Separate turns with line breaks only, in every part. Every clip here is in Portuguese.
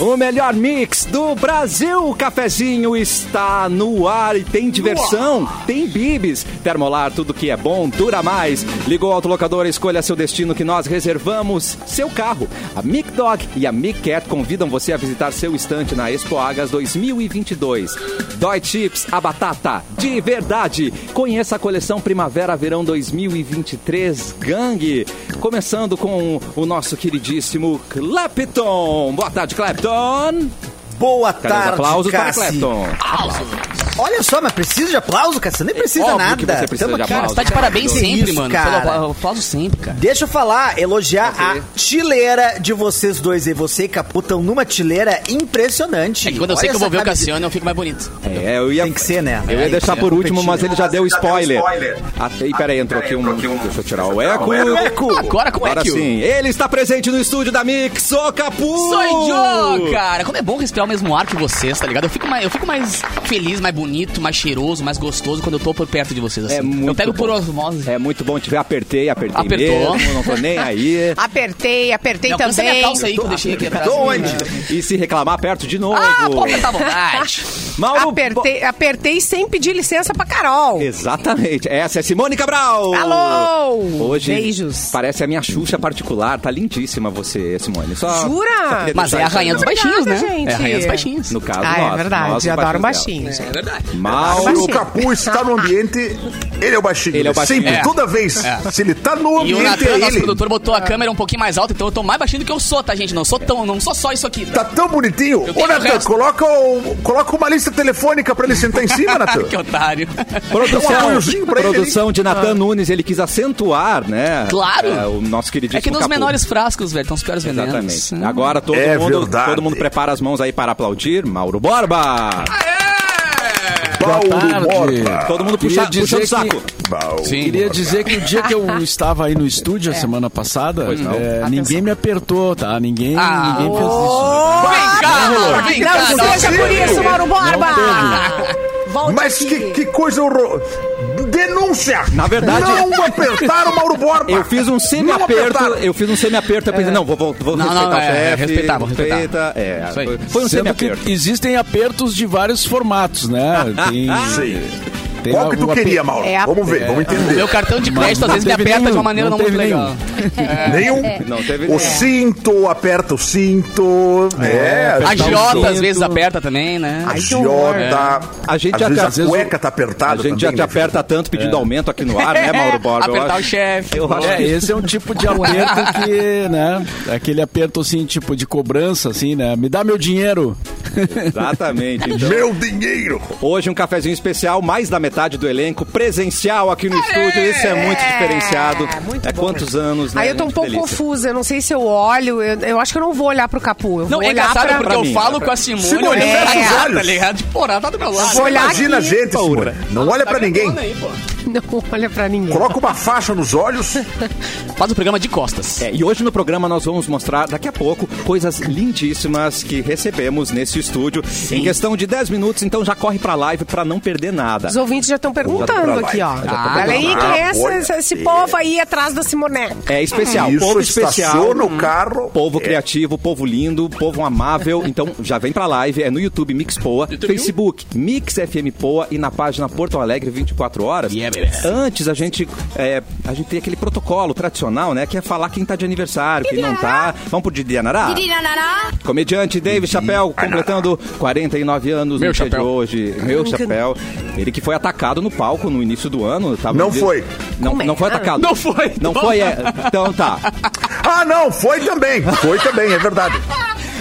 O melhor mix do Brasil. O cafezinho está no ar e tem diversão, tem bibis. Termolar, tudo que é bom dura mais. Ligou o autolocador, escolha seu destino que nós reservamos seu carro. A Mic Dog e a Mic Cat convidam você a visitar seu estante na Expo Agas 2022. Dói Chips, a batata de verdade. Conheça a coleção Primavera-Verão 2023 Gangue. Começando com o nosso queridíssimo Clapton. Boa tarde, Clapton.
Boa
Cadê os
tarde,
aplausos para
Cassi.
Clapton.
Olha só, mas precisa de aplauso, Cassi? Nem precisa
É óbvio
nada.
que você precisa
Tamo
de aplauso.
aqui.
Cara, você tá de parabéns
Que
sempre,
isso,
mano.
cara.
Pelo aplauso sempre, cara.
Deixa eu falar, elogiar a tileira de vocês dois aí. Você e Capu estão numa tileira impressionante.
É que quando eu
Olha
sei que eu vou ver
essa
o
camisa-
Cassiano, eu fico mais bonito.
É, eu ia,
Tem que ser, né?
eu ia
É,
deixar
isso,
por
é,
último, mas ele já deu
Já deu
spoiler.
spoiler.
Até, e
Ah,
peraí, entrou aqui
Peraí,
um.
entrou aqui um-
Deixa eu tirar o eco.
é
o eco.
Agora como
Agora
é que eu-
sim, ele está presente no estúdio da Mix, o Capu!
Sou
Uh!
eu, cara! Como é bom respirar o mesmo ar que vocês, tá ligado? Eu fico mais, eu fico mais feliz, mais bonito, mais cheiroso, mais gostoso quando eu tô por perto de vocês, assim.
É muito
eu pego por
bom.
osmose.
É muito bom te ver. Apertei, apertei
Apertou.
mesmo, não tô nem aí.
Apertei, apertei
Não, alcança
também.
minha calça aí que eu deixei aqui atrás.
Tô onde? E se reclamar, perto de novo.
Ah, pô, tá à vontade.
Mauro,
Apertei, apertei sem pedir licença pra Carol.
Exatamente. Essa é Simone Cabral.
Alô!
Hoje
Beijos.
parece a minha Xuxa particular. Tá lindíssima você, Simone. Só,
Jura?
só queria
Mas
deixar
é a
isso
rainha dos
aí.
baixinhos, né?
Obrigada, gente.
É a rainha dos baixinhos. É
No caso,
Ah,
nós.
é
nós,
verdade,
os
eu adoro
baixinhos
baixinho. gente.
Mauro
O Capu está no ambiente, ele é o baixinho.
Ele é o baixinho.
Sempre,
É.
toda vez.
É.
Se ele tá no
E o
ambiente,
Natan,
é
nosso
ele.
produtor, botou a câmera um pouquinho mais alta, então eu tô mais baixinho do que eu sou, tá, gente? Não sou tão, não sou só isso aqui.
Tá tão bonitinho.
Eu
Ô,
tenho o
Natan,
resto.
coloca, o- coloca uma lista telefônica pra ele sentar em cima, Natan.
que otário.
Dá um
Produção,
apoiozinho pra ele ali.
produção de Natan Nunes, ele quis acentuar, né?
Ah. Claro.
É, o nosso queridíssimo
É que nos
Capu.
menores frascos, velho, estão os piores venenos. Né?
Exatamente. Agora todo,
É
mundo,
verdade.
todo mundo prepara as mãos aí para aplaudir. Mauro Borba!
Paulo
tarde.
Borba.
Todo mundo
Queria
puxa,
dizer
puxando o saco.
que-
Paulo
Eu Queria dizer que o dia que eu estava aí no estúdio a semana passada, é, ninguém me apertou, tá? Ninguém,
Ah.
ninguém fez isso. né?
Vem cá, Mauro, vem cá.
Não
dá-
seja por isso, Mauro Borba! Volta
Mas
aqui.
que, que coisa horror... Denúncia!
Na verdade-
Não apertaram o Mauro Borba.
Eu fiz um semi-aperto,
apertaram.
eu fiz um semi-aperto, eu pensei, não, vou, vou, vou
Não,
respeitar
não,
o
é,
chefe.
respeitar, vou respeitar.
respeita, é,
Isso aí.
foi- foi um
Sendo que
semi-aperto.
existem apertos de vários formatos, né? Tem, tem
Qual que tu
o aper-
queria, Mauro?
É a-
Vamos ver, vamos entender.
Meu cartão de
Mas
crédito às
não
vezes me
teve
aperta de uma maneira
nenhum, não
não, muito
teve
legal. É.
Nenhum.
É.
Não teve
O
nenhum.
cinto, aperta o cinto. É,
A
apertar o
Jota às
cinto.
vezes aperta também, né?
A Jota.
A gente
às
já
vezes
tá-
a
às vezes
cueca tá apertada
A gente já
também,
te
né,
aperta tanto pedindo aumento aqui no ar, né, Mauro Borba? Eu
Apertar
acho-
o chefe.
Eu acho
É,
que
esse é um tipo de aperto que, né? Aquele aperto assim, tipo de cobrança, assim, né? Me dá meu dinheiro.
Exatamente. Então,
Meu dinheiro!
Hoje um cafezinho especial, mais da metade do elenco presencial aqui no estúdio. Isso é muito diferenciado.
muito
é
bom.
quantos anos, né?
Aí eu tô um
gente?
pouco
Delícia.
confusa, eu não sei se eu olho, eu, eu acho que eu não vou olhar pro Capu. Eu
Não,
vou
é
olhar
engraçado
pra...
porque eu
mim,
falo
pra
com a Simone,
Simone,
olhando pra
fecha os
ela,
olhos.
tá ligado? Pô, ela tá do meu lado.
Vou olhar
Imagina a
aqui.
gente,
Paura.
Simone. Não olha
Tá
pra ninguém.
gravando aí, pô.
Não olha pra ninguém.
Coloca uma faixa nos olhos.
Faz o programa de costas.
É, e hoje no programa nós vamos mostrar daqui a pouco coisas lindíssimas que recebemos nesse estúdio em questão de 10 minutos, então já corre pra live pra não perder nada.
Os ouvintes já estão perguntando
trabalho.
aqui, ó.
Já
tô
Olha aí
perguntando.
quem é
Ah,
essa-
olha.
essa- esse povo aí atrás da Simoneca.
É especial,
Isso,
povo especial. né?
estaciona o carro.
Povo
É.
criativo, povo lindo, povo amável. Então já vem pra live, é no YouTube Mix Poa, Facebook Mix FM Poa e na página Porto Alegre 24 horas.
Yeah, baby.
Antes a gente é, a gente tem aquele protocolo tradicional, né, que é falar quem tá de aniversário, quem não tá. Vamos pro Didi Anará? Comediante David Chapéu completando 49 anos
Meu
no dia de
chapéu.
hoje. Meu chapéu. Ele que foi atacado no palco no início do ano, tava
Não
ele-
foi.
Não, não foi atacado.
Não foi.
Não foi, é. Então tá.
Ah, não, foi também. Foi também, é verdade.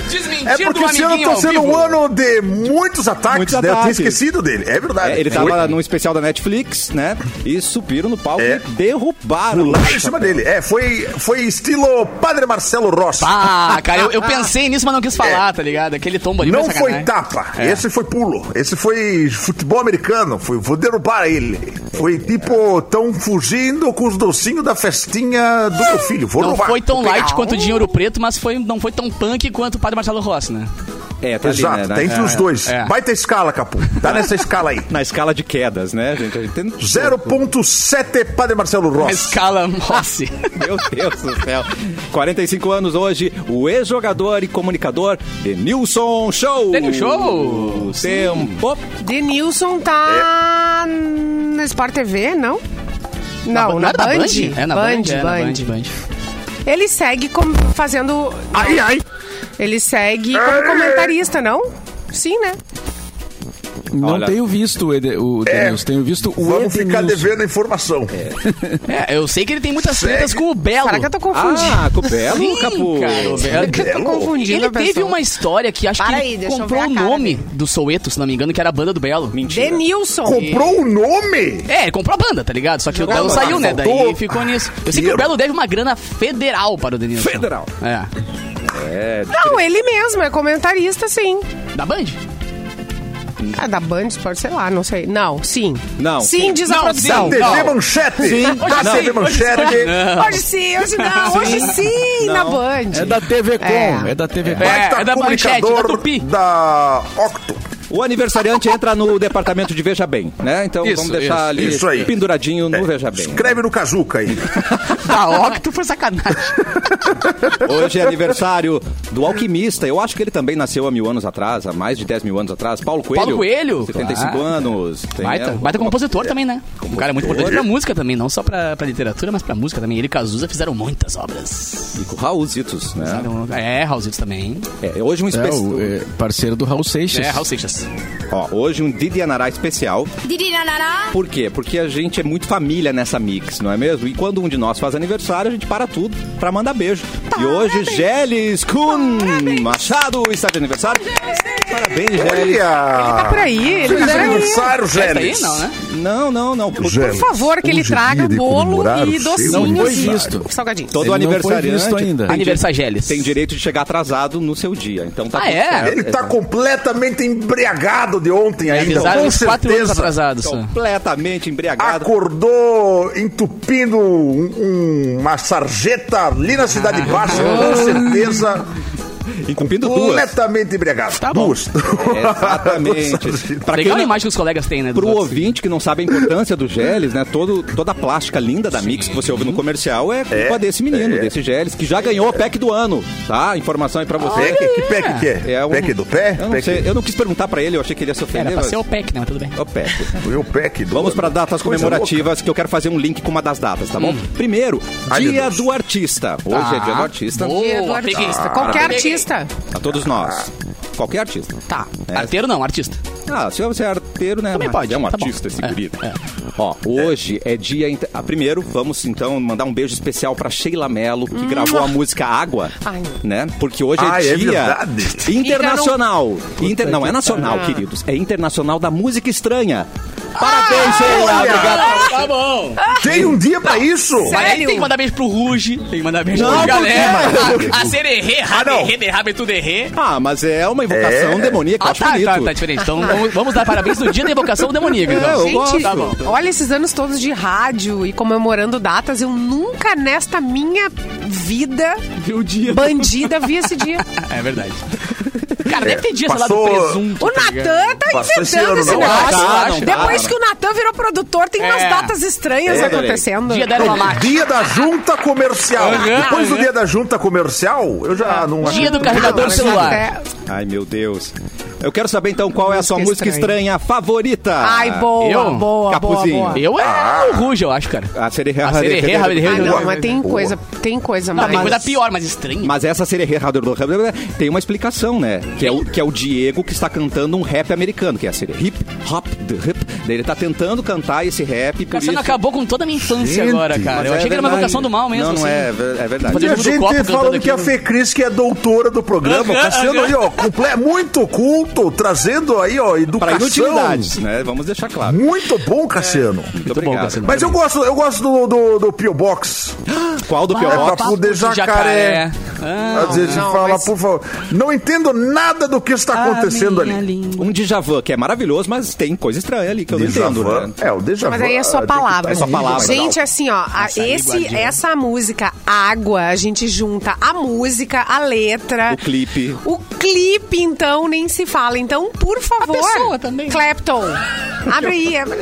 Desmentindo
É porque
um
esse ano
amiguinho
tá
ao
sendo
vivo.
um ano de muitos ataques,
Muitos
né? Eu tinha
ataques.
esquecido dele. É verdade.
É, ele
Foi.
tava num especial da Netflix, né? E subiram no palco
É.
e derrubaram.
Lá em cima dele. É, foi, foi estilo Padre Marcelo Rossi.
Ah, cara, eu, eu pensei nisso, mas não quis falar, tá ligado? Aquele tombo ali
Não
foi
foi
sacanagem.
tapa,
É.
esse foi pulo, esse foi futebol americano, foi, vou derrubar ele. Foi tipo, tão fugindo com os docinhos da festinha do meu filho, vou
Não
roubar.
foi tão light quanto o Dinheiro Preto, mas foi, não foi tão punk quanto o Padre Marcelo Rossi, né?
É, tá ali,
Exato,
né, na-
tá entre os dois.
é.
Baita escala, Capu. Tá nessa escala aí.
Na escala de quedas, né, gente? A gente tem-
0.7 Padre Marcelo
Uma
Rossi.
escala Rossi.
Meu Deus do céu. 45 anos hoje, o ex-jogador e comunicador Denilson Show.
Denil Show.
Tempo.
Denilson
É.
tá na Sport TV, não? Não,
Não
na,
é da
Band.
É na Band, é na Band, Band.
Ele segue como fazendo.
Ai, ai.
Ele segue como comentarista, não? Sim,
Tá
né?
Não
Olha.
tenho visto o, Ede, o Denilson, tenho visto o
É. Vamos ficar
Edenilson.
devendo a informação.
É, eu sei que ele tem muitas
Segue.
tretas com o Belo.
Será que eu tô confundindo?
Ah, com o Belo,
Sim,
Capu.
cara, o Belo.
Será que eu tô
Belo.
confundindo
é, Ele
a pessoa?
teve uma história que acho
Para
que
aí,
ele
deixa eu
comprou
ver
o
a cara
nome do Soweto, se não me engano, que era a banda do Belo.
Mentira.
Denilson.
Comprou o nome?
É, ele comprou a banda, tá ligado? Só que o Belo
mas
saiu, né?
faltou
Daí ficou nisso. Eu sei que o
dinheiro.
Belo deve uma grana federal para o Denilson.
Federal.
É.
É,
Não, ele mesmo é comentarista, sim.
Da Band?
Ah, da Band Sport, sei lá, não sei. Não, sim.
Não,
Sim,
sim.
diz
Não,
a produção.
sim.
TV
Não.
Manchete.
Sim.
Da
Não.
TV Manchete.
Hoje sim, hoje não, hoje sim,
Não.
na Band.
É da TV Com,
É.
é, da TV Com.
É,
Baita
é da Manchete, da
tá comunicador
Tupi.
da Octo.
O aniversariante entra no departamento de Veja Bem, né? Então
Isso,
vamos deixar
isso,
ali
isso aí.
penduradinho no
É,
Veja Bem.
Escreve no Cazuca aí.
Da Octo foi sacanagem.
Hoje é aniversário do alquimista. Eu acho que ele também nasceu há mil anos atrás, há mais de 10 mil anos atrás. Paulo Coelho.
Paulo Coelho,
75
claro.
anos. Tem,
Baita,
é,
baita compositor também, né? Um cara muito importante pra música também, não só pra, pra literatura, mas pra música também. Ele e Cazuza fizeram muitas obras.
E com Raul Zitos, né?
Fizeram- É, Raulzitos também.
É, hoje um
É,
especial.
o é, parceiro do Raul Seixas.
É, Raul Seixas.
Ó, hoje um Didi Anará especial. Por quê? Porque a gente é muito família nessa mix, não é mesmo? E quando um de nós faz aniversário, a gente para tudo pra mandar beijo. E hoje, Geles Kun Machado está de aniversário. Parabéns, Geles.
Tá
Olha!
por aí, ele
Feliz
tá aí.
aniversário,
Essa aí
Gélis.
não, né?
Não, não, não. Por-
Por favor, que ele
Hoje é
traga
dia de
bolo
comemorar
e
o seu
docinhos.
é.
aniversário.
e Salgadinhos.
Todo
Ele não foi
aniversariante
visto ainda.
Tem, di-
Aniversarieles.
tem direito de chegar atrasado no seu dia. Então tá
Ah,
tudo
é?
certo.
Ele tá
Exato.
completamente embriagado de ontem
Me
ainda,
avisaram
com
uns É, quatro anos
certeza.
atrasados.
Então,
só.
completamente
Ah,
embriagado.
Acordou entupindo um- um- uma sarjeta ali na Cidade Baixa, com certeza.
Entupindo duas.
Completamente embriagado.
Tá bom.
duas.
Exatamente. Pra quem
Legal a
não
imagem que os colegas têm, né? dos
Pro
outros.
ouvinte que não sabe a importância do Geles, né? Todo, toda a plástica linda da Mix que você ouve no comercial é culpa
É,
desse menino,
é.
desse Geles, que já ganhou a PEC do ano, tá? Informação aí pra você.
Pack? Que pack que é?
É um-
Pack do pé?
Eu não,
Pack-
sei, eu não quis perguntar pra ele, eu achei que ele ia se ofender.
Era pra
mas-
ser o PEC, né? Mas tudo bem.
Ô, PEC.
Meu pack do
Vamos para datas
Coisa Hum.
comemorativas que eu quero fazer um link com uma das datas, tá bom? Primeiro,
Ai, meu
Dia
Deus.
do Artista. Hoje é Dia
Ah.
do Artista.
Boa,
Dia do
peguei. tá?
artista. Qualquer
Peguei.
artista.
A todos nós. Qualquer artista.
Tá. Arteiro não, artista.
Ah, se você é arteiro, né?
Também
Mas
pode,
É um
tá bom.
artista esse
É,
guri.
é.
Ó, hoje é, dia... inter- Ah, primeiro, vamos então mandar um beijo especial pra Sheila Mello, que gravou a música Água,
Ai.
né? Porque hoje é
Ah,
dia
é verdade.
internacional. Inter- Não, é nacional, queridos. É internacional da música estranha.
Ah,
Parabéns, Sheila.
olha.
Obrigado.
Tá bom.
louca. Tem um dia pra isso?
Sério?
Aí tem que mandar beijo pro Ruge, tem que mandar beijo
Não,
pra
por quê,
galera.
mano?
A Sererê,
não.
Raberê, Derrabe, tudo errê.
Ah, mas é uma invocação
É.
demoníaca, eu
Ah,
acho
tá,
bonito.
tá, tá diferente. Então vamos, vamos dar parabéns no dia da invocação demoníaca.
É,
Então.
eu gosto.
Gente,
Tá bom.
olha esses anos todos de rádio e comemorando datas, eu nunca nesta minha vida
Viu o dia.
bandida vi esse dia.
É verdade. Cara, deve ter dia,
Passou-
sei lá, do presunto.
O
tá ligado?
Natan tá
Passou esse
inventando
ano,
esse
não
negócio.
dá, não dá,
Depois
não.
que o Natan virou produtor, tem umas
É.
datas estranhas
É, adorei.
acontecendo.
Dia da erva mate.
Dia da junta comercial.
Aham,
Depois do
aham.
dia da junta comercial, eu já não
Dia do
Até-
carregador celular.
é-
Ai, meu Deus. Eu quero saber então qual é a sua música
Música
né?
estranha, favorita.
Ai, boa,
Eu?
boa, boa,
Capuzinho.
boa.
Eu é o Ruge, eu acho, cara.
A Sererê
A Sererê,
Raberê-
Raberê,
Ah, não,
Raberê.
mas tem
Boa.
coisa, tem coisa,
Não,
mas...
tem coisa pior, mas estranha.
Mas essa Sererê Raberê- Raberê tem uma explicação, né? Que é, o, que é o Diego que está cantando um rap americano, que é a Sererê hip hop the hip. Daí ele tá tentando cantar esse rap por
Cara, você
isso.
não acabou com toda a minha infância
Gente,
agora, cara.
Mas
Eu
é
achei que era uma
verdade.
vocação do mal mesmo.
Não, não
assim.
é, é verdade.
Fazer
E a
Todo mundo copo
gente
cantando
falando que a
aquilo.
Fecris, que é doutora do programa,
Aham,
tá sendo
aham.
aí, ó, comple- muito culto, trazendo aí, ó,
Para
educação.
inutilidades, né? Vamos deixar claro.
Muito bom, Cassiano.
Muito
bom,
obrigado.
Cassiano.
Mas eu gosto, eu gosto do, do, do Pio Box.
Qual do
É
pior?
papo de jacaré. Às vezes
não,
fala,
mas-
por favor. Não entendo nada do que está acontecendo ali.
Um Djavan, que é maravilhoso, mas tem coisa estranha ali que eu não entendo.
Djavan.
né?
É, o déjà
Mas aí é
vu,
só
ah, tem que
palavra.
É só
estar em nível
palavra.
Gente,
legal.
assim, ó, a-
Açaí,
esse,
guardinha.
essa música, água, a gente junta a música, a letra.
O clipe.
O clipe, então, nem se fala. Então, por favor.
pessoa também.
Clapton. Abre aí. abre.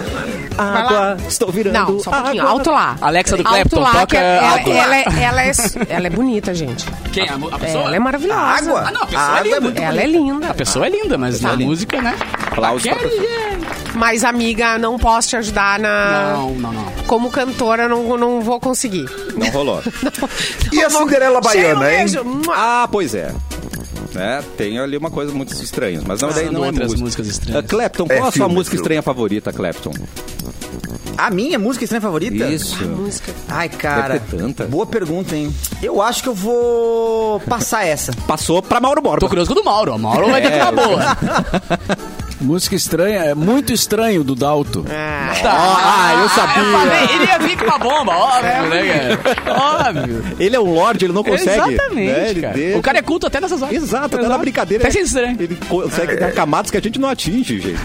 Vai lá.
Água, estou virando.
Não, só um pouquinho.
água.
Alto lá.
Alexa do
Alto
Clapton,
lá,
toca
que ela,
água.
ela, é- ela, é, ela é bonita, gente.
Quem? A, mu- a pessoa?
Ela é maravilhosa.
A água?
Ah, não, a pessoa
a
é
água é
linda.
muito
Ela é linda.
A pessoa é linda, mas na
linda.
música, né?
Aplausos pra
Aquele-
Mas, amiga, não posso te ajudar na.
Não, não, não.
Como cantora, não, não vou conseguir.
Não rolou.
E a Cinderela Baiana, hein?
Cheiro, beijo.
Ah, pois é. É, tem ali uma coisa muito estranha, mas não, daí
Passando
não é
Ah, outras
música.
músicas estranhas.
Ah, Clapton,
É
qual a sua
filme,
música
filme.
estranha favorita, Clapton?
A minha música é estranha favorita?
Isso.
Ai, cara.
Deve ter tanta.
Boa pergunta, hein? Eu acho que eu vou passar essa.
Passou pra Mauro Borba.
Tô curioso com o do Mauro. O Mauro vai ter que uma boa.
Música estranha, é muito estranho do Dalto.
É. Ah, eu
Ah, eu
sabia.
falei, ele ia vir com a bomba, óbvio, né, cara? Óbvio.
Ele é um lorde, ele não consegue.
Exatamente,
né? Ele
cara.
deixa-
O cara é culto até nessas horas.
Exato, até na brincadeira.
Tá sendo estranho.
Ele consegue dar camadas que a gente não atinge, gente.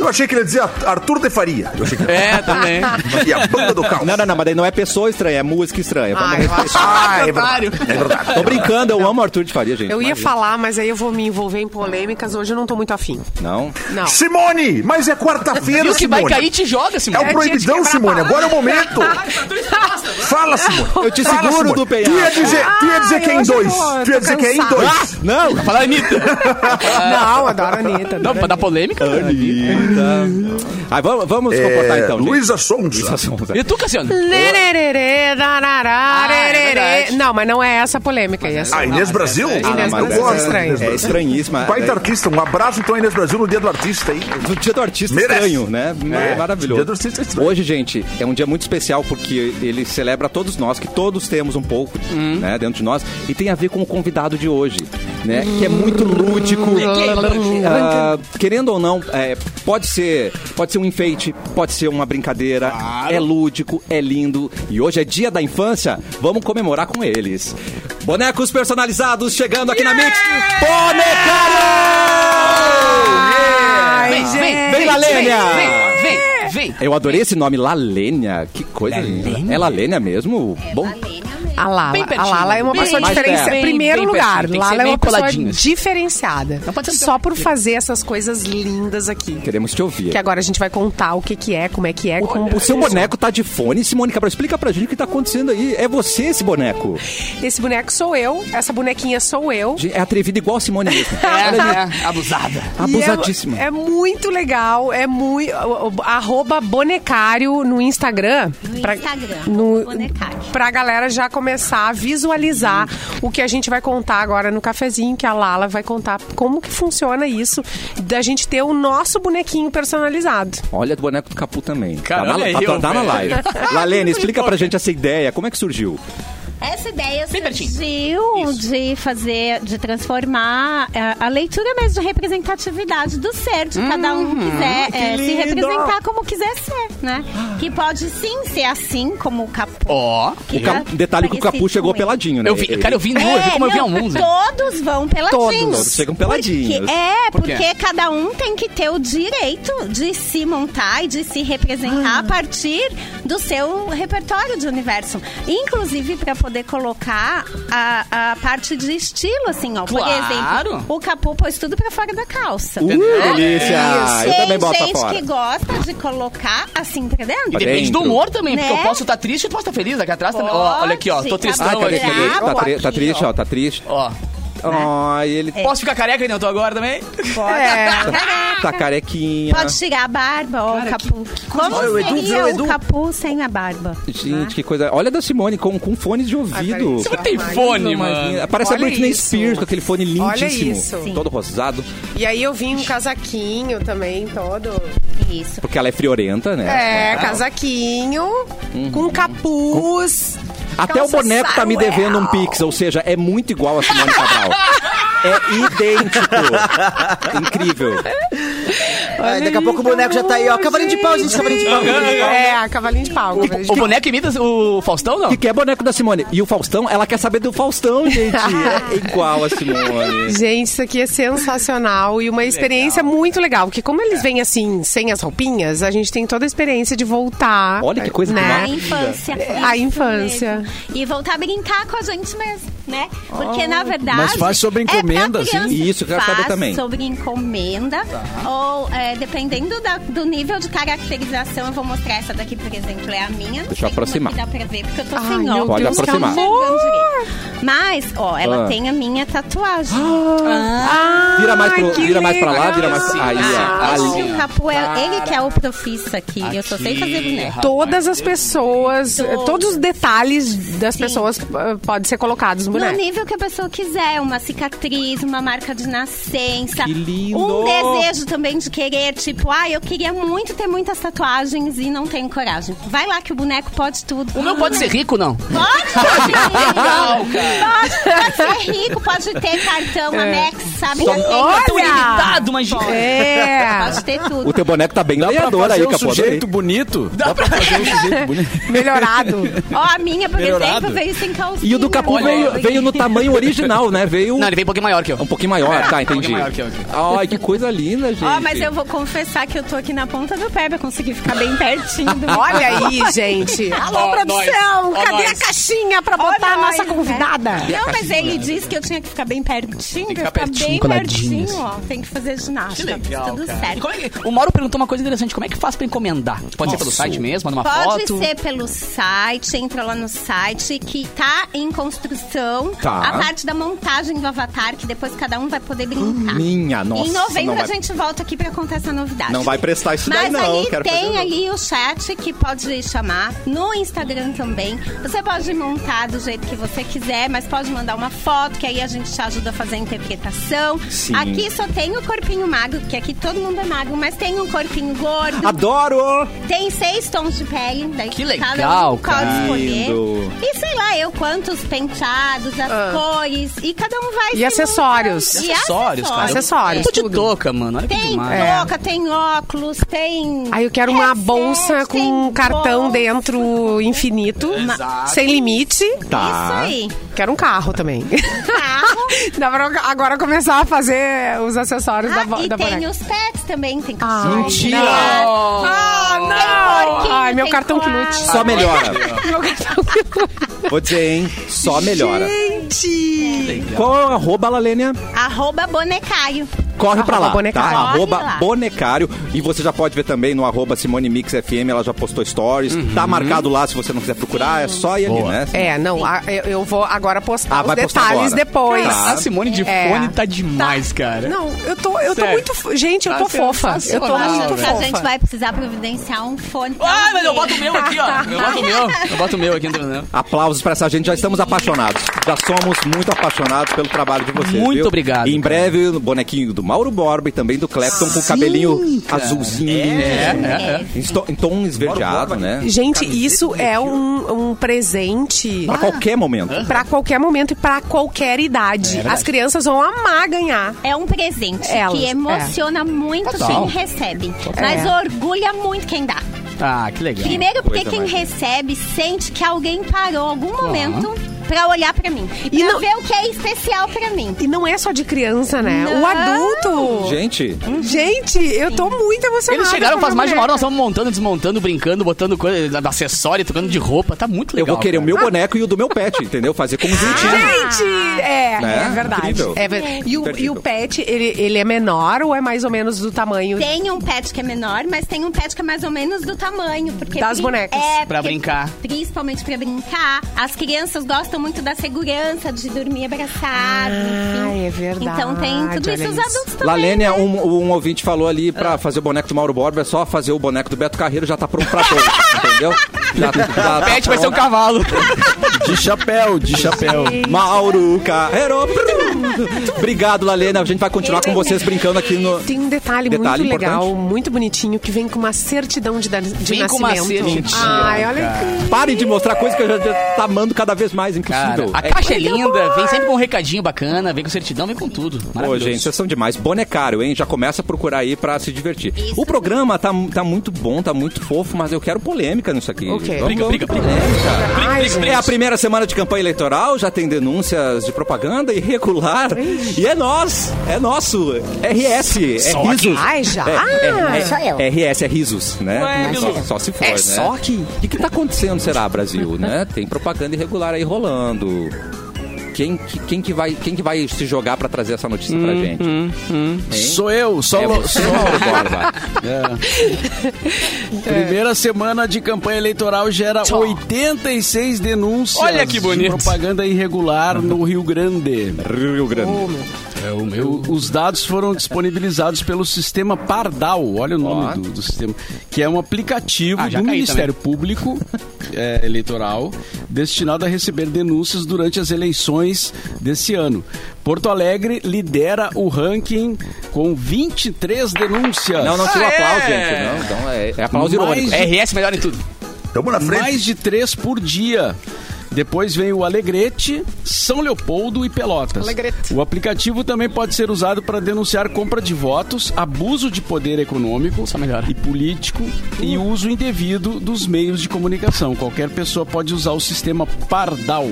Eu achei que ele dizia Arthur de Faria. Eu achei que
É, também.
ele dizia Banda do Caos.
Não, não, não, mas daí não é pessoa estranha, é música estranha. Vamos
Ai, eu acho-
Ah, é verdade.
Otário.
É verdade.
Tô brincando, eu amo Arthur de Faria, gente.
Eu ia
Imagina.
falar, mas aí eu vou me envolver em polêmicas. Hoje eu não tô muito afim.
Não.
Não.
Simone! Mas é quarta-feira,
Viu que
Simone.
vai cair, te joga, Simone.
É o proibidão,
quebrar
Simone.
a
Agora é o momento.
tá
Fala, Simone.
Eu te
Fala,
seguro
Simone.
do
Tu ia
penhasco.
dizer, tu ia dizer que é
Ai,
em
hoje eu
dois.
tô-
Tu ia
tô
dizer que é em
cansada.
Ah,
dois.
Não!
Fala, Anitta.
Não, adoro a Anitta.
Não, pra dar polêmica. né?
Eita. Ai, vamos, vamos comportar então, gente.
É, Luísa Sonza.
Luísa Sonza.
E tu, Cassiano?
Lererê, darará,
Ah, é
rererê.
verdade.
Não, mas não é essa a polêmica. é essa.
Ah, Inês Brasil?
Ah, não,
Inês
mas
Brasil
essa
é estranha.
É estranhíssima.
Pai do artista, um abraço então a Inês Brasil no dia do artista aí.
do dia do artista
Merece.
estranho, né?
É,
Maravilhoso.
Dia do Artista Estranho.
Hoje, gente, é um dia muito especial porque ele celebra todos nós, que todos temos um pouco, né, dentro de nós, e tem a ver com o convidado de hoje, né? Que é muito lúdico.
Uhum.
Ah, querendo ou não, é, pode ser, pode ser um enfeite, pode ser uma brincadeira. É lúdico, é lindo. E hoje é dia da infância, vamos comemorar com eles. Bonecos personalizados chegando aqui na Mix. Bonecário!
Ai,
Vem, vem,
gente.
Vem, Lalênia!
Vem, vem, vem.
Eu adorei esse nome, Lalênia. Que coisa linda. É Lalênia mesmo? Bom,
A Lala,
Bem
a
pertinho.
Lala é uma
Bem
pessoa
mais
diferenciada.
perto.
Primeiro
Bem
lugar,
pertinho, tem que ser
Lala é
bem
uma pessoa
coladinho, assim.
diferenciada.
Não pode ser
Só
tão-
por fazer essas coisas lindas aqui.
queremos te ouvir.
Que agora a gente vai contar o que que é, como é que é, como
O seu boneco tá de fone, Simone Cabral. Explica pra gente o que tá acontecendo aí. É você esse boneco.
Esse boneco sou eu, essa bonequinha sou eu.
É atrevida igual a Simone mesmo.
É, é, abusada.
E é-
Abusadíssima.
É, muito legal, é muito. Arroba bonecário no Instagram.
No Instagram,
no-
Bonecário.
Pra galera já começar a visualizar o que a gente vai contar agora no cafezinho, que a Lala vai contar como que funciona isso, da gente ter o nosso bonequinho personalizado.
Olha do boneco do Capu também.
Cara,
tá na,
olha
tá-
aí,
tá-
ô,
tá na
é velho.
live. Lalene, explica pra gente essa ideia. Como é que surgiu?
Essa ideia
pertinho.
surgiu de fazer, de transformar é, a leitura mesmo de representatividade do ser, de cada um
Uhum.
que
Ah,
quiser é, se representar como quiser ser, né? Que pode sim ser assim, como o Capu.
Ó.
que
O Capu-
tá
detalhe que o Capu
parecido
chegou
com ele.
peladinho, né?
Eu vi,
Ele-
cara, eu vi nu, eu vi como eu vi a
É, não,
Monza.
Todos vão peladinhos.
Todos chegam peladinhos.
Porque- é,
Por quê?
porque cada um tem que ter o direito de se montar e de se
Ah.
representar a partir do seu repertório de universo. Inclusive para poder colocar a, a parte de estilo, assim, ó.
Claro.
Por exemplo, o Capu pôs tudo pra fora da calça.
Uh, delícia! Eu
Tem
também boto
gente
fora.
que gosta de colocar assim pra
E
dentro.
depende
Dentro.
do humor também, porque
Né?
eu posso estar triste e tu posso estar feliz aqui atrás também. Ó, olha aqui, ó, tô
Pode,
Ah,
tristão
Não,
cadê,
aqui.
olha
cadê?
aqui,
Tá, tri- tá
aqui,
triste,
ó. Né?
ó. Tá triste.
Ó,
Ai, ele
É.
posso ficar careca que nem eu tô agora também?
É.
tá carequinha.
Pode tirar a barba, ó, o Capu. Como
Olha, o Edu,
seria
viu, o Edu?
o Capu sem a barba?
Gente, que coisa. Olha da Simone com, com fones de ouvido.
Ai,
Você tem fone, mano.
Linda. Parece
Ah, tá Olha
a Britney
isso.
Spears com aquele fone lindíssimo.
Olha isso. Sim.
Todo rosado.
E aí eu vim um casaquinho também, todo.
Ah, Isso.
Porque ela é friorenta, né?
É, casaquinho, com capuz.
Até o
calça
boneco tá me
saruel.
devendo um pix, ou seja, é muito igual a Simone Cabral. É idêntico. Incrível.
Aí, daqui a pouco o boneco já tá aí, ó. Cavalinho de pau, gente, cavalinho de pau.
É, cavalinho de pau. cavalinho de
O
pau.
boneco imita o Faustão,
O
não?
que, que é boneco da Simone? E o Faustão, ela quer saber do Faustão, gente. É igual a Simone.
Gente, isso aqui é sensacional e uma experiência muito legal. Porque como eles vêm assim, sem as roupinhas, a gente tem toda a experiência de voltar.
Olha que coisa
né?
A infância.
É.
A
Isso
infância.
mesmo. E voltar a brincar com a gente mesmo, né? Porque,
Oh.
na verdade...
Mas faz sobre
é pra
encomenda,
criança.
sim. Isso, eu quero saber
Faz
também. Tá.
sobre encomenda. Ou, é, dependendo da- do nível de caracterização, eu vou mostrar essa daqui, por exemplo, é a minha. Não sei
Deixa eu aproximar.
como é que dá pra ver, porque eu tô
Ai, meu
sem óculos. então
Pode
Deus, que
aproximar.
amor.
Mas, ó, ela
Ah.
tem a minha tatuagem.
Ai,
Vira mais, pro,
que
vira mais pra lá,
legal.
vira mais. Aí, ó.
Ah, Acho
Ali.
que o Capu é ele que é o profissa aqui. Eu só sei fazer boneco.
Todas as pessoas, eh,
Todos.
todos os detalhes das pessoas eh, podem ser colocados no
No
boneco.
nível que a pessoa quiser, uma cicatriz, uma marca de nascença.
Que lindo!
Um desejo também de querer, tipo, ah, eu queria muito ter muitas tatuagens e não tenho coragem. Vai lá que o boneco pode tudo.
O meu pode ser rico, não?
Pode, pode, pode, pode ser rico, pode ter cartão,
É.
Amex, sabe?
Só-
tá
Olha!
Cartão ilimitado,
mas...
É,
Pode ter tudo.
O teu boneco tá bem
Dá pra
lenhador
fazer
aí,
um
capô. adorei.
sujeito bonito. Dá pra fazer um sujeito bonito.
melhorado.
Ó, a minha, por
Melhorado.
exemplo, veio sem calcinha.
E o do Capu
Olha
veio,
aí.
veio no tamanho original, né? Veio
Não, ele veio um pouquinho maior que eu.
um pouquinho maior, tá? Entendi.
maior que eu aqui.
Ai, que coisa linda, gente.
Ó, mas eu vou confessar que eu tô aqui na ponta do pé pra conseguir ficar bem pertinho do
Olha aí, gente. Alô,
Ó,
produção,
nós. Ó,
cadê
nós.
a caixinha pra botar a nossa
nós, né?
convidada?
Não, mas ele disse que eu tinha que ficar bem pertinho,
Tem que
pra
ficar
ficar
pertinho,
bem
coladinho,
pertinho, ó. Tem que fazer ginástica, tudo
E
certo.
como é que- O Mauro perguntou uma coisa interessante. Como é que faz pra encomendar? Pode ser pelo site mesmo, manda uma
Pode
foto?
ser pelo site, entra lá no site que tá em construção
Tá.
a parte da montagem do avatar, que depois cada um vai poder brincar.
Minha, nossa.
em novembro
não vai-
a gente volta aqui pra contar essa novidade.
Não vai prestar isso daí,
Mas
não.
ali
Quero fazer um
tem
não.
ali o chat que pode chamar, no Instagram também. Você pode montar do jeito que você quiser, mas pode mandar uma foto, que aí a gente te ajuda a fazer a interpretação.
Sim.
Aqui só tem o corpinho magro, porque aqui todo mundo é magro, mas tem um corpinho gordo,
Adoro!
tem seis tons de pele, daí
Que
cada
legal,
um pode
cara.
escolher.
Lindo.
E sei lá eu quantos penteados, as
Ah.
cores, e cada um vai...
E
se
acessórios.
montando. E
Acessórios, cara.
Acessórios,
Eu tô de
tudo.
touca, mano. Olha que
Tem
demais.
É.
toca, tem óculos, tem.
Aí eu quero uma
headset,
bolsa com
tem
um cartão
bolsa.
dentro infinito,
Exato.
sem limite.
Tá.
Isso aí. Ah,
Quero um carro também.
Carro.
Dá pra eu agora começar a fazer os acessórios da,
Ah,
bo-
e
da
tem
boneca.
os pets também, tem que
Ah,
Mentira!
Ah,
Tem porquinho,
Ai, meu
tem
cartão
koala.
quilute.
Só melhora.
Meu cartão quilute.
Vou dizer, hein? Só melhora.
Gente!
Qual é o arroba, Lalênia?
Arroba bonecaio.
Corre pra
Arroba
lá,
Bonecário.
tá?
Corre
Arroba
lá.
Bonecário. E você já pode ver também no arroba Simone Mix FM, ela já postou stories. Tá marcado lá, se você não quiser procurar, é só ir ali, né?
É, não, a- eu, eu vou agora postar
Ah,
os
vai postar
detalhes
agora.
depois.
Tá.
A Simone de
É.
fone tá demais, cara.
Não, eu tô, eu tô
Sério.
muito. fo- Gente, eu tô
Tá
fofa. Eu tô
Eu
sensacional,
acho
muito
que a gente
fofa.
vai precisar providenciar um fone. pra
Ah, mas eu
alguém.
boto o meu aqui, ó. Eu boto o meu. Eu boto o meu aqui, entendeu?
Aplausos pra essa gente, já estamos apaixonados. Já somos muito apaixonados pelo trabalho de vocês.
Muito
viu?
obrigado,
E em
cara.
breve, o bonequinho do Mauro Borba e também do Clapton com o cabelinho azulzinho. né?
É, é.
Em, to- em tom esverdeado, né?
assim, Gente, isso é um, um presente.
A qualquer momento.
Pra qualquer momento e pra qualquer
É
idade. As crianças vão amar ganhar.
É um presente
Elas,
que
é. Tá
emociona muito
Total.
quem recebe. Mas
É.
orgulha muito quem dá.
Ah, que legal.
Primeiro porque
Coisa
quem
mais linda.
recebe sente que alguém parou algum momento pra olhar pra mim. E pra
E não-
ver o que é especial pra mim.
E não é só de criança, né? O
Não.
adulto.
Gente,
Gente, eu tô muito emocionada.
Eles chegaram
com
faz
a
mais de uma hora, nós
boneca.
estamos montando, desmontando, brincando, botando coisa, acessório, trocando de roupa. Tá muito
eu
legal. Ah,
vou querer o meu boneco e o do meu pet, entendeu? Fazer né? como juntinho.
Gente! É,
Né?
é verdade.
Incrível.
É ver- E, o, e
Imperdível.
o pet, ele, ele é menor ou é mais ou menos do tamanho?
Tem um pet que é menor, mas tem um pet que é mais ou menos do tamanho. Porque
Das
brin-
bonecas.
É,
Pra
porque-
brincar.
Principalmente pra brincar. As crianças gostam muito da segurança, de dormir abraçado.
Ah,
enfim.
é verdade,
Então tem tudo
olha
isso. Os
isso.
adultos também.
Lalênia,
né?
um, um ouvinte falou ali pra fazer o boneco do Mauro Borba, é só fazer o boneco do Beto Carreiro, já tá pronto pra todos, entendeu? Da- da- da-
Pet vai ser um cavalo.
De chapéu, de chapéu.
Mauro Carreiro. Obrigado, Lalena. A gente vai continuar com vocês brincando aqui no.
Tem um detalhe,
Detalhe
muito
importante.
legal, muito bonitinho, que vem com uma certidão de, da- de
Vem
nascimento.
com uma certidão.
Ai, olha aqui.
Parem de mostrar coisa que eu já já tá amando cada vez mais
Cara,
impossível.
a
É-
caixa é linda, vem sempre com um recadinho bacana, vem com certidão, vem com tudo.
Pô,
Maravilhoso.
gente, vocês são demais. Bonecário, hein? Já começa a procurar aí pra se divertir. O programa tá, tá muito bom, tá muito fofo, mas eu quero polêmica nisso aqui. Então,
Ok.
Briga, briga, briga.
Ai, gente.
É a primeira semana de campanha eleitoral, já tem denúncias de propaganda irregular. E é nós, é nosso. RS, é risos.
Ai, já? Ah,
É, é, é,
Só eu.
RS é risos, né? Mas só, só se for,
É
né?
só que-
O que, que tá acontecendo, será, Brasil, né? Tem propaganda irregular aí rolando. Quem, que- quem, que, vai, quem que vai se jogar pra trazer essa notícia pra
Hum,
gente?
Sou eu, só,
É
lo-
você, Mauro Borba.
É.
Então é.
Primeira semana de campanha eleitoral gera 86 denúncias
Olha que bonito.
de propaganda irregular no Rio Grande. É,
Rio Grande.
Oh,
O- os dados foram disponibilizados pelo sistema Pardal, olha o nome do, do sistema, que é um aplicativo
Ah, já
do
caí
Ministério Público é, Eleitoral destinado a receber denúncias durante as eleições desse ano. Porto Alegre lidera o ranking com 23 denúncias.
Não, não tira o
Ah,
aplauso,
é?
gente. Não, então é, é aplauso
Mais
irônico.
de-
É,
RS melhor em tudo.
Tamo na frente.
Mais de três por dia. Depois vem o Alegrete, São Leopoldo e Pelotas.
Alegrete.
O aplicativo também pode ser usado para denunciar compra de votos, abuso de poder econômico
Só melhor.
e político e uso indevido dos meios de comunicação. Qualquer pessoa pode usar o sistema Pardal.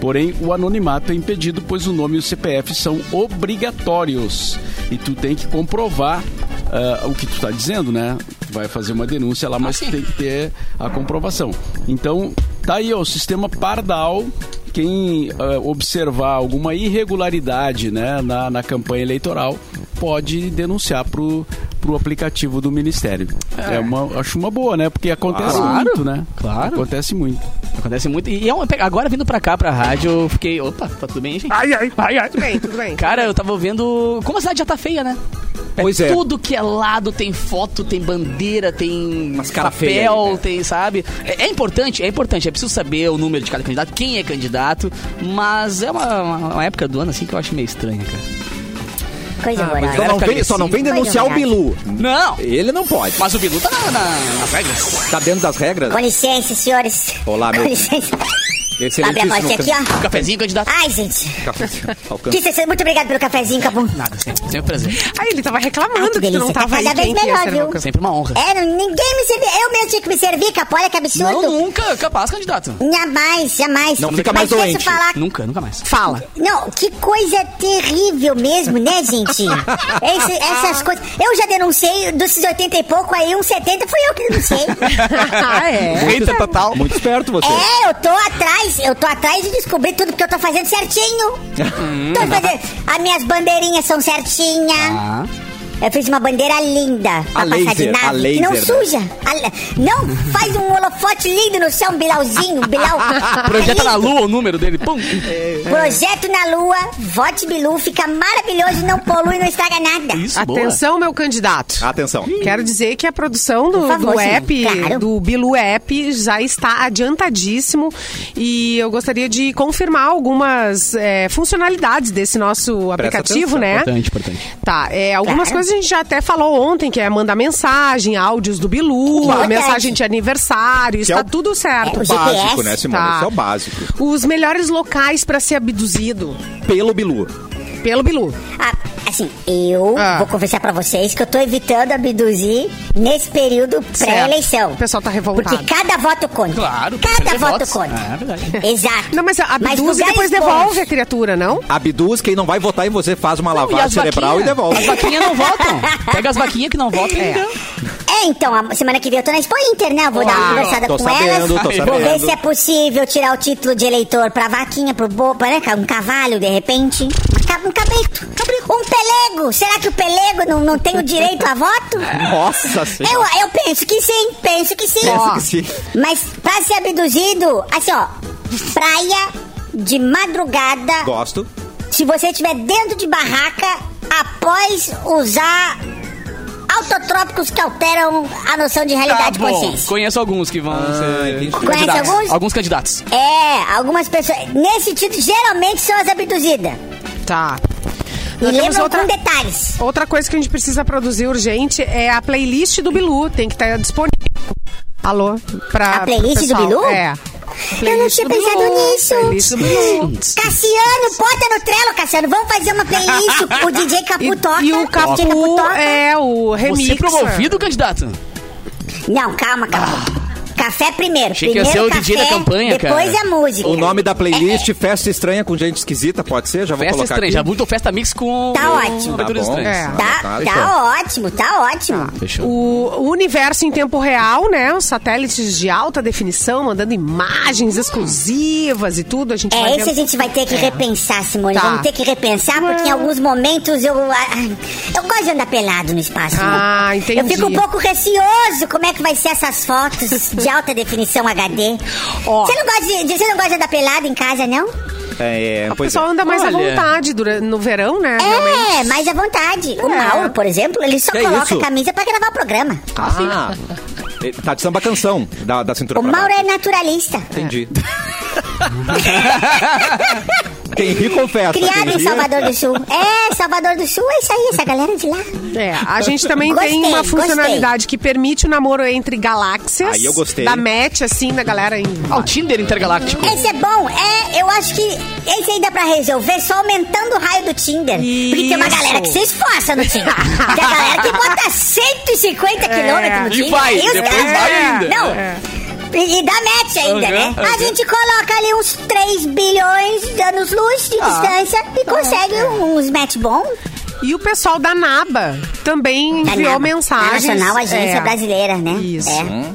Porém, o anonimato é impedido, pois o nome e o CPF são obrigatórios. E tu tem que comprovar ah, o que tu tá dizendo, né? Vai fazer uma denúncia lá, mas
sim.
tem que ter a comprovação. Então, tá aí, ó, o sistema Pardal. Quem ah, observar alguma irregularidade né, na, na campanha eleitoral pode denunciar pro, pro aplicativo do Ministério. É. uma, acho uma boa, né? Porque acontece
Claro.
muito, né?
Claro.
Acontece muito.
Acontece muito. E é uma pe- agora vindo pra cá, pra rádio, eu fiquei. Opa, tá tudo bem, gente?
Ai, ai.
Ai, ai.
Tudo bem, tudo bem.
Cara, eu tava vendo. Como a cidade já tá feia, né?
Pois é.
Tudo que é lado tem foto, tem bandeira, tem
Umas cara feia
papel,
aí, né?
tem, sabe? É, é importante, é importante. É preciso saber o número de cada candidato, quem é candidato. Mas é uma, uma- uma época do ano assim que eu acho meio estranha, cara.
Coisa
só,
horrorosa.
não vem, só não vem
agressiva.
denunciar o Bilu.
Não!
Ele não pode.
Mas o Bilu tá na, na- nas regras.
Tá dentro das regras?
Com licença, senhores.
Olá, meu-
Com licença. Abre a
Excelentíssimo.
porta aqui, ó.
Cafezinho, candidato.
Ai, gente.
ó.
Que vocês- muito obrigado pelo cafezinho, Capum.
Nada, sempre, sempre prazer.
Ai, ele tava
Ai, que
reclamando que tu não tá
delícia.
tava aí.
Cada vez
quem que ia
é melhor,
ser
viu?
meu campeão?
Sempre uma honra.
É, não- ninguém me serviu. Eu mesmo tinha que me servir, Capô. Olha que absurdo.
Não, nunca, capaz, candidato.
Jamais, jamais.
Não fica mais
Mas
doente.
deixa eu falar.
Nunca, nunca mais.
Fala. Não, que coisa terrível mesmo, né, gente? Esse- essas coisas. Eu já denunciei dos 80 e pouco, aí uns 70 fui eu que denunciei.
Ah, é?
Muito- Muito esperto você.
É, eu tô atrás, eu tô atrás de descobrir tudo porque eu tô fazendo certinho.
Hum.
tô fazendo. As minhas bandeirinhas são certinhas. Eu fiz uma bandeira linda
Ah.
pra
A
passar de
laser,
nave.
a laser,
que não
né?
suja. A le- não faz um holofote lindo no céu, um bilauzinho, um bilau.
Projeta
É
na
lindo.
lua o número dele. Pum.
Projeto na lua, vote Bilu, fica maravilhoso, não polui, não estraga nada.
Isso, boa.
Atenção, meu candidato.
Atenção.
Quero dizer que a produção do,
Por favor,
do
sim,
app,
claro.
do Bilu app, já está adiantadíssimo e eu gostaria de confirmar algumas eh, funcionalidades desse nosso
Presta
aplicativo,
atenção.
né?
Importante, importante.
Tá, é, algumas
Claro.
coisas a gente já até falou ontem, que é mandar mensagem, áudios do Bilu,
Verdade.
mensagem de aniversário,
é
está
o-
tudo certo.
é o
Básico,
GPS,
né, Simone?
tá.
Isso é o básico.
Os melhores locais para ser abduzido
Pelo Bilu.
pelo Bilu.
Ah, assim, eu
Ah.
vou confessar pra vocês que eu tô evitando abduzir nesse período pré-eleição.
O pessoal tá revoltado.
Porque cada voto conta.
Claro, tem que
Cada
fazer
voto
votos.
conta.
É verdade.
Exato.
Não, mas
Mas
abduz e depois
lugares bons.
devolve a criatura, não?
Abduz, quem não vai votar em você faz uma
E
lavagem
as
cerebral
vaquinhas?
e devolve.
As vaquinhas não votam. Pega as vaquinhas que não votam.
É.
entendeu?
É, então, a semana que vem eu tô na Expo Inter, né? Eu vou dar uma
Claro.
conversada
Tô
com
sabendo,
elas.
tô
Vou ver
sabendo.
se é possível tirar o título de eleitor pra vaquinha, pro bobo, né? Um cavalo, de repente. Um ca- Um cabrito. Um pelego. Será que o pelego não, não tem o direito a voto?
Nossa senhora.
Eu, eu penso que sim, penso que sim.
Penso
Ó,
que sim.
Mas pra ser abduzido, assim ó, praia de madrugada,
Gosto.
se você estiver dentro de barraca, após usar autotrópicos que alteram a noção de
Tá
realidade e
bom.
consciência.
Conheço alguns que vão
Ah,
ser.
Conhece
candidatos.
alguns?
candidatos.
É, algumas pessoas. Nesse título, geralmente são as abduzidas.
Tá.
E
Nós temos
lembram
outra,
com detalhes.
outra coisa que a gente precisa produzir urgente é a playlist do Bilu. Tem que estar disponível. Alô? Pra,
A playlist
pro
do
pessoal.
Bilu?
É.
Eu não tinha
do
pensado
Bilu,
nisso.
Playlist do Bilu.
Cassiano, bota no trelo, Cassiano. Vamos fazer uma playlist. o DJ Capu toca.
E, e o
DJ
Capu
toca.
é o remix.
Você promovido, candidato?
Não, calma, calma. Café primeiro.
Achei que ia
primeiro
ser o
café,
DJ da campanha, cara.
Depois a música. Tá,
O nome da playlist, Festa Estranha com Gente Esquisita, pode ser? Já vou
Festa
colocar
estranha. Já
aqui.
botou festa mix com.
Tá
com
ótimo.
Aventuras
Tá bom.
estranhas.
É.
Tá,
Ah, tá,
tá,
então.
ótimo, tá ótimo.
Fechou.
O o universo em tempo real, né? Os satélites de alta definição, mandando imagens exclusivas e tudo. A gente vai
É, esse
vendo-
a gente vai ter que repensar, Simone.
Tá.
Vamos ter que repensar, porque em alguns momentos eu. ai, Eu gosto de andar pelado no espaço.
Ah,
né?
entendi.
Eu fico um pouco receoso como é que vai ser essas fotos de alta definição HD.
Ó.
Você, não gosta de, de- você não gosta de andar pelado em casa, não?
Ah,
É,
O
pois é.
pessoal anda mais à
Olha.
vontade dura- no verão, né?
É, mais à vontade. O Mauro, por exemplo, ele só
É. Que
coloca
isso?
a camisa pra gravar o programa.
Ah, ele tá de samba canção, da, da cintura
O
pra
Mauro
baixo.
é naturalista.
Entendi. Quem ri confessa.
é. Criado
quem
em
ri-
Salvador do Sul. É, Salvador do Sul é isso aí, essa galera de lá.
É, a gente também
Gostei,
tem uma
gostei.
funcionalidade que permite o namoro entre galáxias.
Aí eu gostei.
Da match, assim, da galera em...
Ah, o Tinder intergaláctico.
Esse é bom, é, eu acho que esse aí dá pra resolver só aumentando o raio do Tinder. Porque tem uma
Isso.
galera que se esforça no Tinder. tem a galera que bota 150 quilômetros no
E
Tinder.
vai,
os
depois
caras- É.
vai ainda.
Não. E, e dá match ainda, né?
Aham,
A gente coloca ali uns 3 bilhões de anos-luz de distância e consegue um, uns match bom.
E o pessoal da NABA também
Da
enviou
NABA,
mensagens.
Nacional Agência
É.
Brasileira, né?
Isso.
É.
Hum,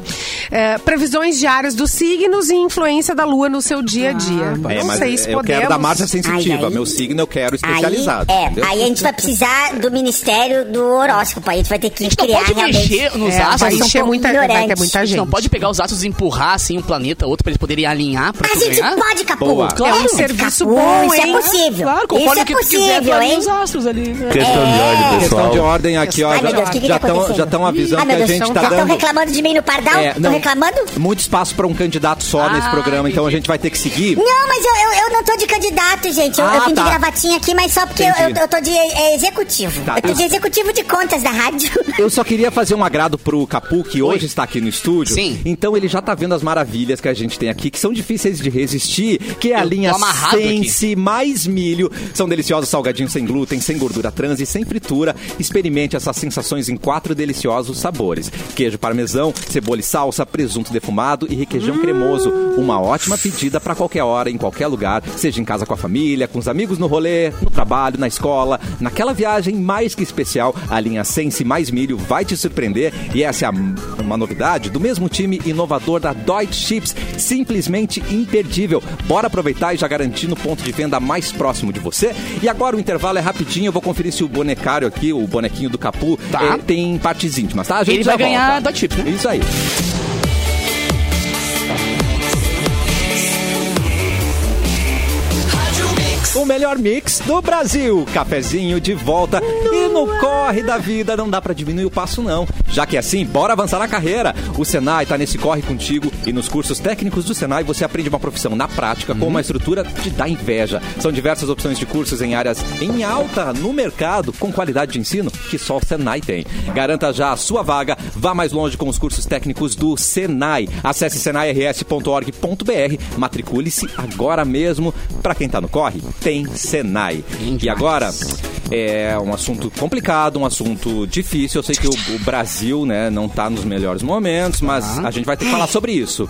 É, previsões diárias dos signos e influência da lua no seu
Ah,
dia a dia.
É,
Não
mas
sei se
eu
podemos.
quero da Márcia Sensitiva.
Ai, aí-
Meu signo eu quero especializado.
Aí,
entendeu?
é, aí a gente vai precisar do Ministério do Horóscopo. Aí a gente vai ter que
não
criar
pode
realmente.
mexer nos
É,
astros.
vai
eu sou um
encher
pouco
muita, vai ter
ignorante.
muita
A
Não
gente.
pode pegar os atos e empurrar assim um planeta, outro, pra eles poderem alinhar pra
A
tu
gente
ganhar?
pode, Capu.
Boa.
É
Claro.
um serviço
Capu,
bom,
Isso
hein?
é possível.
Claro,
isso
conforme
é
o que tu quiser, tu
possível,
alinha
hein?
os astros ali. né?
Questão de ordem,
Questão
pessoal.
de ordem aqui, ó.
Ai,
já-
meu Deus, é. o que que
já
tá
tão-
acontecendo?
já estão avisando
Ai, meu
que a
Deus,
gente
tão-
tá
já tão
dando.
reclamando de mim no Pardal?
É,
Estão reclamando?
Muito espaço pra um candidato só nesse
Ah,
programa, então a
entendi.
gente vai ter que seguir.
Não, mas eu, eu, eu não tô de candidato, gente. Eu,
Ah,
eu vim
tá.
de gravatinha aqui, mas só porque eu,
Entendi.
eu- eu tô de é, executivo.
Tá.
Eu tô de executivo de contas da rádio.
Eu só queria fazer um agrado pro Capu, que hoje está aqui no estúdio.
Sim.
Então ele já tá vendo as maravilhas que a gente tem aqui, que são difíceis de resistir, que é a
Eu tô
linha
amarrado
Sense mais milho. São deliciosos salgadinhos sem glúten, sem gordura trans e sem fritura. Experimente essas sensações em quatro deliciosos sabores. Queijo parmesão, cebola e salsa, presunto defumado e
Hum.
requeijão cremoso. Uma ótima pedida pra qualquer hora, em qualquer lugar, seja em casa com a família, com os amigos no rolê, no trabalho, na escola, naquela viagem mais que especial, a linha Sense mais milho vai te surpreender e essa é a- uma novidade do mesmo time inovador da Deutsche Chips, simplesmente imperdível. Bora aproveitar e já garantir no ponto de venda mais próximo de você. E agora o intervalo é rapidinho, eu vou conferir se o bonecário aqui, o bonequinho do Capu,
Tá.
eh, tem partes íntimas, tá? A gente
Ele
já
vai ganhar
volta.
da chip, né?
Isso aí. O melhor mix do Brasil. Cafezinho de volta. E no corre da vida não dá pra diminuir o passo, não. Já que é assim, bora avançar na carreira. O Senai tá nesse corre contigo e nos cursos técnicos do Senai você aprende uma profissão na prática com uma estrutura que dá inveja. São diversas opções de cursos em áreas em alta no mercado com qualidade de ensino que só o Senai tem. Garanta já a sua vaga, vá mais longe com os cursos técnicos do Senai. Acesse senairs.org.br, matricule-se agora mesmo. Pra quem tá no corre, tem Senai. E agora é um assunto complicado, um assunto difícil. Eu sei que o, o Brasil, né, não tá nos melhores momentos, mas a gente vai ter que falar sobre isso.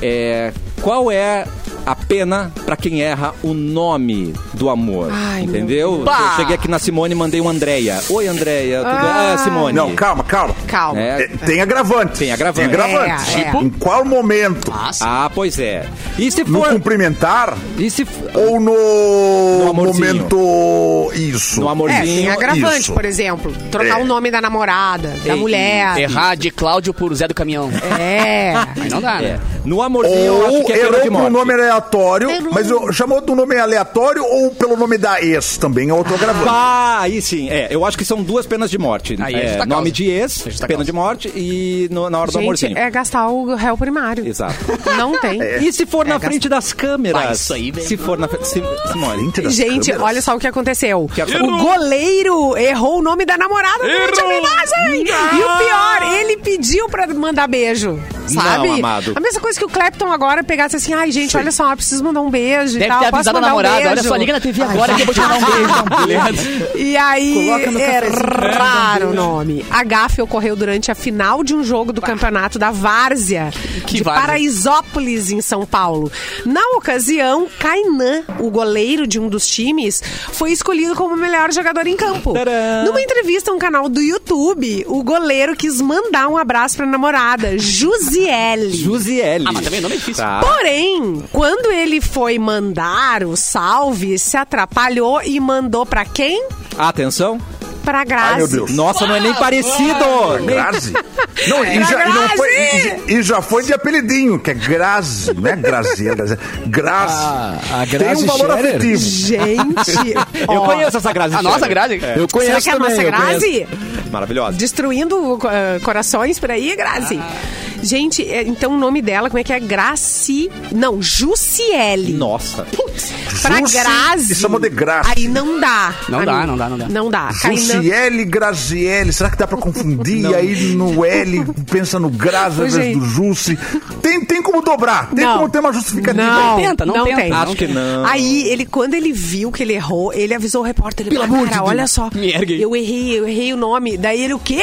É, qual é a pena pra quem erra o nome do amor?
Ai, meu
entendeu?
Deus.
Eu cheguei aqui na Simone e mandei um Andréia. Oi, Andréia. Tudo... Ah, Simone.
Não, calma, calma.
Calma.
É,
É, tem agravante.
Tem agravante.
Tem agravante. Tipo,
É, é.
Em qual momento?
Nossa.
Ah, pois é. E se
No
for.
cumprimentar
E se...
ou no,
No amorzinho.
momento isso?
No
É, tem
amorzinho.
agravante,
isso.
por exemplo. Trocar
É.
o nome da namorada, da
Ei,
mulher.
Errar de Cláudio por Zé do Caminhão.
É.
Aí não dá,
É.
né?
No amorzinho, eu acho
Ou
que é pena
errou
de
por um
morte.
nome aleatório, mas eu- chamou do nome aleatório ou pelo nome da ex também, é outro gravando.
Pá, aí sim, é. Eu acho que são duas penas de morte.
Aí é
é,
justa
nome
causa.
de ex,
É justa
pena
causa.
de morte e no- na hora do amorzinho.
Gente, é gastar o réu primário.
Exato.
Não tem.
É,
E se
é,
for na
gasta-
frente das câmeras?
Vai, isso aí, velho.
Se for na frente. Se, Simone.
Frente das
Gente,
câmeras.
olha só o que aconteceu.
Que absurdo.
o goleiro errou o nome da namorada durante a homenagem. E o pior, ele pediu pra mandar beijo. Sabe?
Não, amado.
A mesma coisa que o Clapton agora pegasse assim: ai, gente, olha só, preciso mandar um beijo. e
Deve
tal,
ter
posso
avisado a
mandar um
namorada. olha
beijo?"
só, liga na TV agora que eu vou te mandar um beijo. Tá ligado?
E aí,
Coloca no cafezinho pra
erraram o nome. A gafe ocorreu durante a final de um jogo do campeonato da Várzea,
Que
de
várzea?
Paraisópolis, em São Paulo. Na ocasião, Kainan, o goleiro de um dos times, foi escolhido como o melhor jogador em campo.
Tcharam!
Numa entrevista a um canal do YouTube, o goleiro quis mandar um abraço pra namorada, Jusiele.
Jusiele.
Ah, mas também nome é difícil.
Tá.
Porém, quando ele foi mandar o salve, se atrapalhou e mandou pra quem?
Atenção.
Pra Grazi.
Ai, meu Deus.
Nossa, não é nem parecido. Nem-
Grazi? Não, e, já, e não foi- e- e já foi de apelidinho, que é Grazi, não é Grazi, é Grazi. Grazi.
Ah, a
Tem
Grazi
um valor
Scherer?
afetivo.
Gente,
Eu
ó,
conheço essa Grazi.
A
Scherer.
nossa grade.
Eu
será
conheço
que é a
também,
nossa
eu conheço.
Grazi?
Maravilhosa.
Destruindo eh, corações por aí, Grazi. Gente, eh, então o nome dela, como é que é? Graci... Não, Jussiele.
Nossa.
Pra
Jussi
Grazi.
e chamou de Grazi.
Aí não dá.
Não
amigo.
dá, não dá, não dá.
Não dá. Kainan-
Jussiele, Graziele, será que dá pra confundir? E aí no L, pensa no Grazi ao
Ô,
invés
gente.
do Jussi. Tem, tem como dobrar, tem
Não.
como ter uma justificativa.
Não,
tenta, não tenta.
tem.
Acho que não.
Aí, ele, quando ele viu que ele errou, ele avisou o repórter. Ele falou, cara, olha só,
Me ergue aí."
eu errei, eu errei o nome. Daí ele, o quê?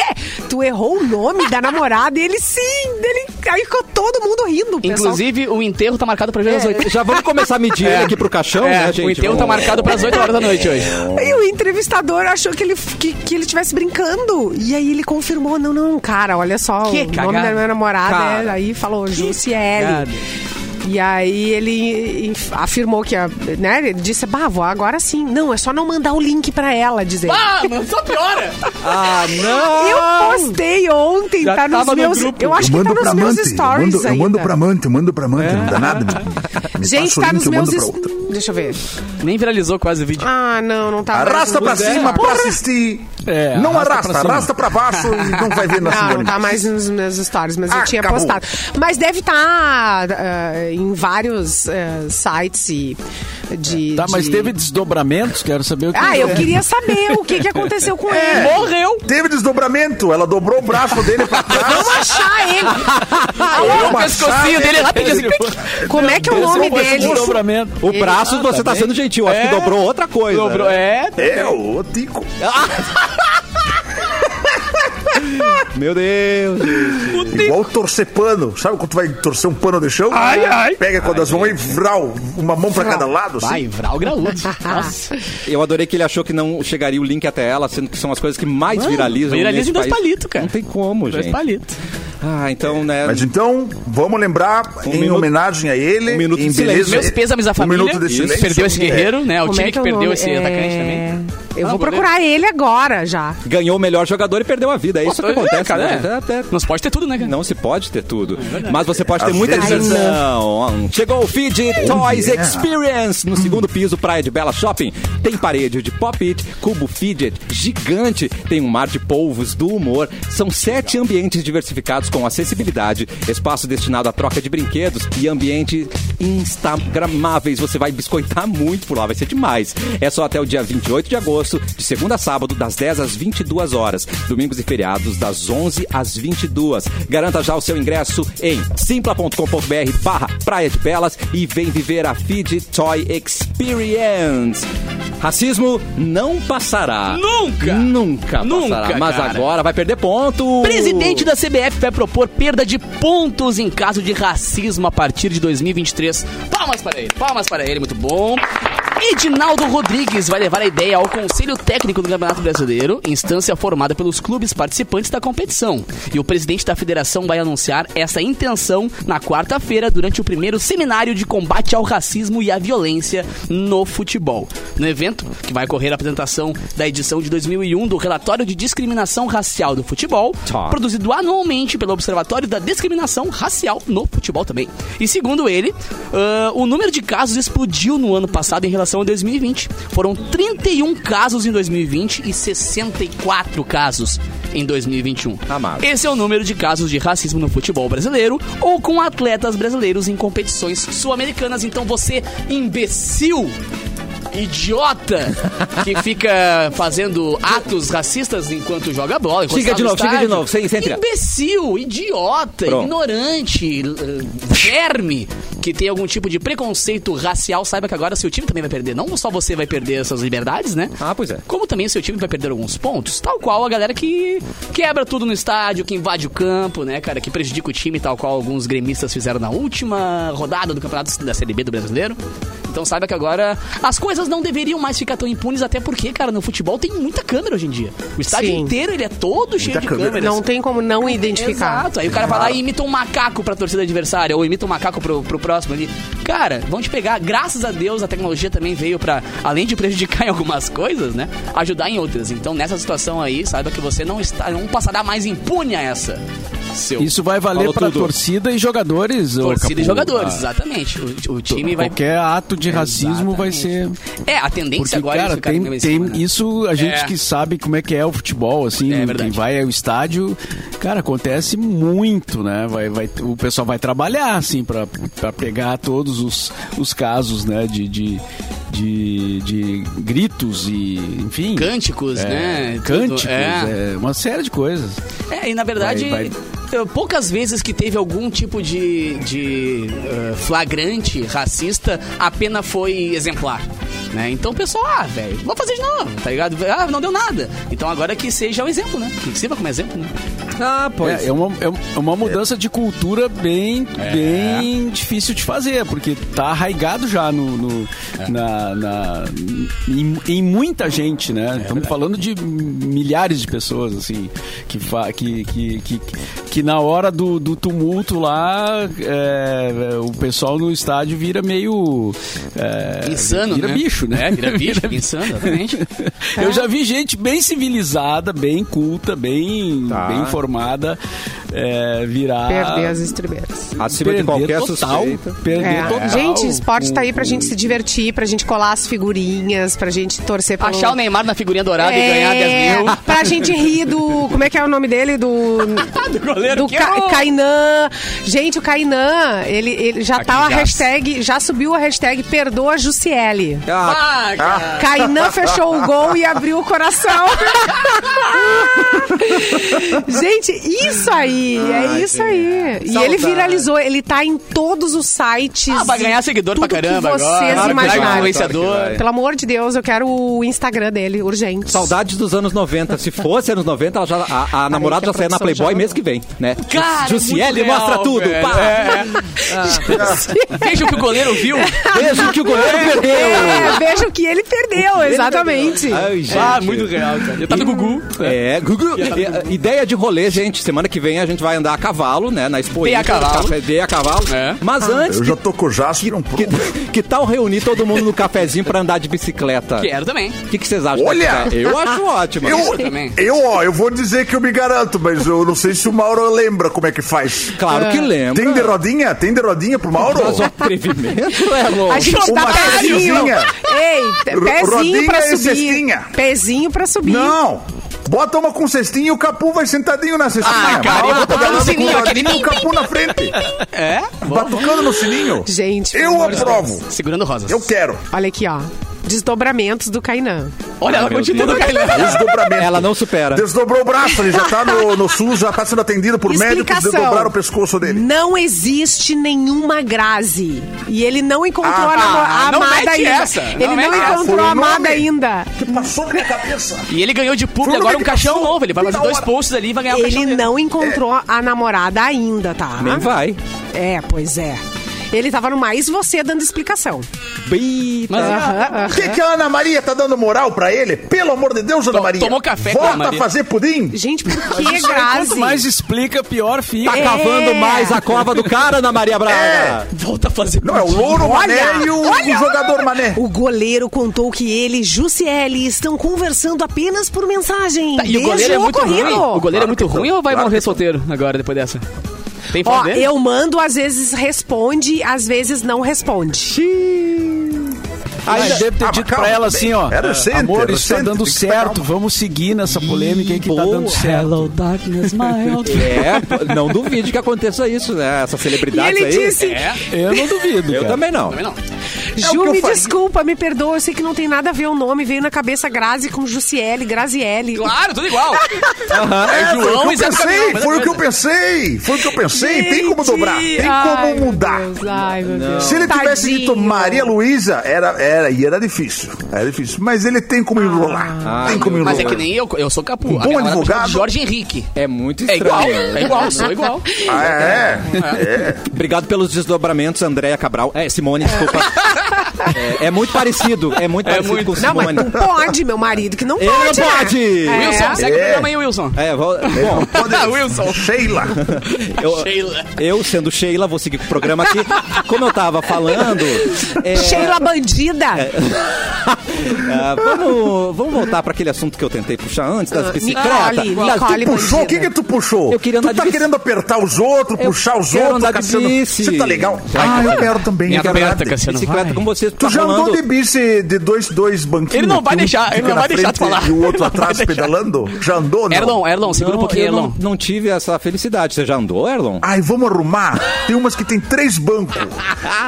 Tu errou o nome da namorada? E ele, sim. Ele, aí ficou todo mundo rindo, o pessoal.
Inclusive, o enterro tá marcado pra hoje
É,
às 8
Já vamos começar a medir ele aqui pro caixão,
É,
né, gente?
o enterro tá
Vamos-
marcado pras 8 horas da noite hoje.
Aí o entrevistador achou que ele que, que ele estivesse brincando. E aí ele confirmou: não, não, cara, olha só,
Que
o nome
cagada.
da minha namorada.
Cara.
é- aí falou, Jussiele.
cagada.
E aí ele inf- afirmou que, a- né, ele disse, bah, vou agora sim. Não, é só não mandar o link pra ela, dizer.
Ah, mano, só piora.
Ah, não!
Eu postei ontem,
Já
tá nos
tava no
meus.
grupo.
eu acho
Eu mando
que tá
pra
nos meus
amante, eu
stories
mando, eu
ainda.
mando pra amante, eu mando pra amante, não
É.
dá nada. Me- me passa
Gente,
o
tá
link,
nos
eu
meus.
mando pra
es-
outra.
Deixa eu ver.
Nem viralizou quase o vídeo.
Ah, não, não tá.
Arrasta pra
mais no-
cima pra assistir.
É,
não
arrasta
arrasta,
pra cima.
arrasta pra baixo e não vai ver na
Não, não
Simone.
tá mais nos meus stories, mas
Ah,
eu tinha
Acabou.
postado. Mas deve estar em vários eh, sites e de.
Tá, mas
de-
teve desdobramentos? Quero saber o que. é.
Ah, eu queria saber o que, que aconteceu com
É.
ele.
Morreu.
Teve desdobramento, ela dobrou o braço dele pra trás.
Vamos achar ele.
O pescocinho dele rapidinho assim.
Como é que é o nome dele?
um Desdobramento.
O braço
Ah,
você tá,
bem.
sendo gentil, acho que
É.
dobrou outra coisa. né?
Dobrou, é.
É, o Tico.
é.
Meu Deus.
Igual torcer pano. Sabe quando tu vai torcer um pano de chão? Ai, ai. Pega com as duas mãos e vral, uma mão pra cada lado. Assim.
Vai, Vral Graúdo. Nossa.
Eu adorei que ele achou que não chegaria o link até ela, sendo que são as coisas que mais viralizam.
viraliza
nesse
um em dois
país.
palitos, cara.
Não tem como,
Dois
gente.
palitos.
Ah, então, né?
Mas então, vamos lembrar, em
Um minuto-
homenagem a ele.
um minuto
em
de silêncio.
beleza-
Meus pêsames à família.
Um minuto de
Isso,
silêncio.
Perdeu esse guerreiro, né? O
Como
time
é
que
é o
perdeu
nome?
esse
É,
atacante também.
Eu
Ah,
vou
o goleiro.
procurar ele agora já.
Ganhou o melhor jogador e perdeu a vida. É isso que acontece,
É, cara,
né?
é.
Até-
Nós pode ter tudo, né, cara?
Não se pode ter tudo. mas você pode ter
Às
muita
vezes- é.
diversão. Chegou o feed Toys
yeah.
Experience no segundo piso, Praia de Bela Shopping. Tem parede de pop-it, cubo fidget gigante. Tem um mar de polvos do humor. São sete ambientes diversificados com acessibilidade, espaço destinado à troca de brinquedos e ambiente instagramáveis. Você vai biscoitar muito por lá, vai ser demais. É só até o dia 28 de agosto, de segunda a sábado, das 10 às 22 horas. Domingos e feriados, das 11 às 22. Garanta já o seu ingresso em simpla.com.br barra Praia de Belas e vem viver a Feed Toy Experience. Racismo não passará.
Nunca!
Nunca,
Nunca,
passará. Mas
cara.
agora vai perder ponto.
Presidente da CBF vai propor perda de pontos em caso de racismo a partir de 2023. Palmas para ele, palmas para ele, muito bom. Edinaldo Rodrigues vai levar a ideia ao Conselho Técnico do Campeonato Brasileiro, instância formada pelos clubes participantes da competição. E o presidente da federação vai anunciar essa intenção na quarta-feira, durante o primeiro seminário de combate ao racismo e à violência no futebol. No evento, evento, que vai ocorrer a apresentação da edição de 2001 do Relatório de Discriminação Racial do Futebol,
Tá.
produzido anualmente pelo Observatório da Discriminação Racial no Futebol também. E segundo ele, ah, o número de casos explodiu no ano passado em relação a 2020. Foram 31 casos em 2020 e 64 casos em 2021.
Amado.
Esse é o número de casos de racismo no futebol brasileiro ou com atletas brasileiros em competições sul-americanas. Então você, imbecil, idiota, que fica fazendo atos racistas enquanto joga bola. enquanto
Chega
está
de
no
novo, chega de
estádio.
novo, sem- sem tirar.
Imbecil, idiota,
Pronto.
ignorante, eh, germe que tem algum tipo de preconceito racial, saiba que agora seu time também vai perder. Não só você vai perder suas liberdades, né?
Ah, pois é.
Como também o seu time vai perder alguns pontos, tal qual a galera que quebra tudo no estádio, que invade o campo, né, cara, que prejudica o time, tal qual alguns gremistas fizeram na última rodada do campeonato da Série B do brasileiro. Então saiba que agora as coisas não deveriam mais ficar tão impunes, até porque, cara, no futebol tem muita câmera hoje em dia. O estádio
Sim.
inteiro ele é todo cheio de
câmera.
câmeras.
assim.
Não tem como não identificar.
Exato. Aí o cara vai lá e imita um macaco pra torcida adversária, ou imita um macaco pro, pro próximo ali. Cara, vão te pegar. Graças a Deus, a tecnologia também veio pra, além de prejudicar em algumas coisas, né? Ajudar em outras. Então, nessa situação aí, saiba que você não está, não passará mais impune a essa. Seu.
Isso vai valer
Falou
para
tudo.
torcida e jogadores. ô,
Torcida e
Capu.
jogadores,
Ah, Então,
exatamente. O, o time vai.
Qualquer ato de racismo vai ser.
É, a tendência
Porque,
agora é
cara,
ficar
tem,
em cima,
tem
né?
isso, a gente
É.
que sabe como é que é o futebol, assim,
É
quem
verdade.
vai ao estádio, cara, acontece muito, né? Vai, vai, o pessoal vai trabalhar, assim, pra, pra pegar todos os, os casos, né, de, de, de, de gritos e, enfim...
Cânticos,
é,
né? Tudo,
Cânticos,
é.
é, uma série de coisas.
É, e na verdade,
Vai,
eh, poucas vezes que teve algum tipo de, de, eh, flagrante racista, a pena foi exemplar. Né? Então o pessoal, ah, velho, vou fazer de novo, tá ligado? Ah, não deu nada. Então agora que seja o exemplo, né? Que sirva como exemplo, né?
Ah, pois.
É, é uma, é uma mudança de cultura bem, bem difícil de fazer, porque tá arraigado já no, no- na, na- em, em muita gente, né? Estamos falando de milhares de pessoas, assim, que, fa- que, que, que, que na hora do, do tumulto lá, é, o pessoal no estádio vira meio... é,
Insano,
vira
né?
bicho, né?
É, vira bicho, insano, exatamente.
Eu já vi gente bem civilizada, bem culta, bem,
Tá.
bem informada é, virar.
Perder
Ah.
as estribeiras.
Acima de
perder
qualquer
total,
suspeita.
Perder
É.
total.
Gente, esporte tá aí pra
o-
gente se divertir, pra gente colar as figurinhas, pra gente torcer pelo...
Achar o Neymar na figurinha dourada
É,
e ganhar 10 mil.
Pra gente rir do. Como é que é o nome dele? Do.
Do goleiro
do
que é
Ca-
errou.
Kainan. Gente, o Kainan, ele, ele já tá a hashtag. Já subiu a hashtag Perdoa Jussiele.
Ah,
Ah, cara.
Kainan fechou o gol e abriu o coração. Gente, isso aí, é isso aí. E ele
Saudade.
viralizou, ele tá em todos os sites.
Ah, vai ganhar seguidor
tudo
pra caramba
que vocês
agora. Vai virar
imaginarem.
influenciador.
Pelo amor de Deus, eu quero o Instagram dele, urgente.
Saudades dos anos 90. Se fosse anos 90, ela já- a, a namorada
que
já
a
saia na
produção
Playboy
já
mês que vem, né?
Cara, é
Jussiele
muito real,
mostra tudo.
velho.
pá.
É.
Ah.
Veja o que o goleiro viu.
Veja o que o goleiro perdeu.
É, veja o que ele perdeu, exatamente.
Ai, gente.
Ah, muito real, cara. Eu tava no Gugu.
É, Gugu. É, ideia de rolê, gente. Semana que vem a gente vai andar a cavalo, né? Na Expo
Dê a
Inter,
cavalo.
café- Dê a cavalo.
É.
Mas antes,
Eu já tô com o Jasper um pouco.
que, que tal reunir todo mundo no cafezinho pra andar de bicicleta?
Quero também.
O que, que vocês acham?
Olha!
dessa ideia? Eu acho ótimo.
Eu,
também.
eu, ó, eu vou dizer que eu me garanto, mas eu não sei se o Mauro lembra como é que faz.
Claro
É.
que lembro.
Tem de rodinha? Tem de rodinha pro Mauro?
Mas o atrevimento é louco.
A gente
Uma
dá pezinho.
camisinha.
Ei,
Ro-
pezinho
rodinha
pra
e
subir.
cestinha.
Pezinho pra subir.
Não! Bota uma com cestinha e o Capu vai sentadinho na cestinha.
Ah, cara,
Mauro
eu vou
tá
tocar no
dando com
sininho,
rodinha
aquele
e o Capu na frente.
É?
Batucando no sininho.
Gente, pelo
Eu
amor de
aprovo.
Segurando rosas.
Eu quero.
Olha aqui, ó. Desdobramentos do Kainan.
Olha, ela continua no Kainan.
Desdobramento.
Ela não supera.
Desdobrou o braço, ele já tá no, no SUS, já tá sendo atendido por médicos,
Explicação.
desdobraram o pescoço dele.
Não existe nenhuma Grazi. E ele não encontrou
Ah,
a, namo-
ah,
a
não
amada
mete
ainda.
essa, não
ele não,
mete essa.
encontrou
Foi
a
o
amada
nome.
ainda.
Que passou na minha cabeça.
E ele ganhou de público
Tudo
agora um
bem,
caixão
passou. Então,
novo. Ele vai fazer
Da
dois
hora.
posts ali e vai ganhar um caixão
Ele
É.
dele.
não encontrou a namorada ainda, tá?
Nem vai.
É, pois é. Ele tava no mais você dando explicação.
Bita.
tá.
Mas-
Aham,
O
aham.
que, que a Ana Maria tá dando moral pra ele? Pelo amor de Deus, Ana
To-
Maria.
tomou café com a
Volta
Ana Maria.
a fazer pudim.
Gente, por que,
Quanto
Grazi?
mais explica, pior fica.
Tá cavando mais a cova do cara, Ana Maria Braga.
Volta a fazer.
Não, é o louro Mané e o, o jogador Mané.
O goleiro contou que ele e Jussiele estão conversando apenas por mensagem.
Tá, e o
Desde
goleiro é muito
ocorrido.
ruim? O goleiro é muito
que
ruim
não,
ou vai
claro
morrer
que não.
solteiro agora, depois dessa? Tem foto
Ó,
dele?
eu mando, às vezes responde, às vezes não responde.
Aí
Mas-
deve ter
Ah, mas
dito
calma,
pra ela assim, ó.
era recente,
amor,
era
isso tá
recente,
dando
tem que esperar
certo.
um-
Vamos seguir nessa polêmica aí que tá dando certo.
darkness, my old friend.
É, pô, não duvide que aconteça isso, né? Essas
E
celebridades
ele
aí.
disse:
É,
Eu não duvido.
Eu
cara.
também não.
também não.
Ju,
que eu
me
faria.
desculpa, me perdoa, eu sei que não tem nada a ver o nome, veio na cabeça Grazi com Jussiele, Graziele.
Claro, tudo igual.
É,
É
foi o
João
que
e
eu
Zé do
pensei,
Caminhão, mas
foi o
é
que eu pensei, foi o que eu pensei, tem como
Gente,
dobrar, tem
ai,
como
meu
mudar.
Deus, ai, meu Deus.
Se ele tivesse
Tadinho.
dito Maria Luísa, era, era, e era difícil, era difícil, mas ele tem
Ah.
como enrolar, tem como enrolar.
Mas é que nem eu, eu sou capu. A
Um bom
minha namorada me chama de
advogado.
Jorge Henrique.
É muito
É igual,
estranho.
é igual, sou igual.
Ah, é, é.
Obrigado pelos desdobramentos, Andréia Cabral. É, Simone, desculpa. É, é muito parecido. É muito parecido
muito.
com
Não, mas
Simone.
tu pode, meu marido, que não
Ele
pode.
não
né?
pode.
É.
Wilson, segue o
É.
programa aí, Wilson.
É, vou- bom,
Pode-
Wilson.
Sheila.
eu,
Sheila.
eu, sendo Sheila, vou seguir com o programa aqui. Como eu tava falando. é,
Sheila Bandida.
ah, vamos, vamos voltar para aquele assunto que eu tentei puxar antes, das bicicletas.
Nicole,
das
Nicole
Puxou, o que
Bandida.
que tu puxou?
Eu queria andar
tu tá
de bici.
querendo apertar os outros,
Eu
puxar os
quero
outros,
andar de bici.
Você tá legal?
Vai,
ah, eu
Cassiano.
quero também,
Me
é
aperta,
verdade.
Cassiano. Você não
bicicleta
vai?
como vocês
Tu
tá
já
falando.
andou de bici de dois, dois banquinhos?
Ele não vai
que um
deixar, ele
fica
não
na
vai deixar
frente
tu falar.
E o outro
Não vai
atrás
deixar.
pedalando? Já andou, não?
Erlon, Erlon, segura um
Não,
pouquinho,
eu
Erlon.
não, não tive essa felicidade. Você já andou, Erlon?
Ai, vamos arrumar? Tem umas que tem três bancos.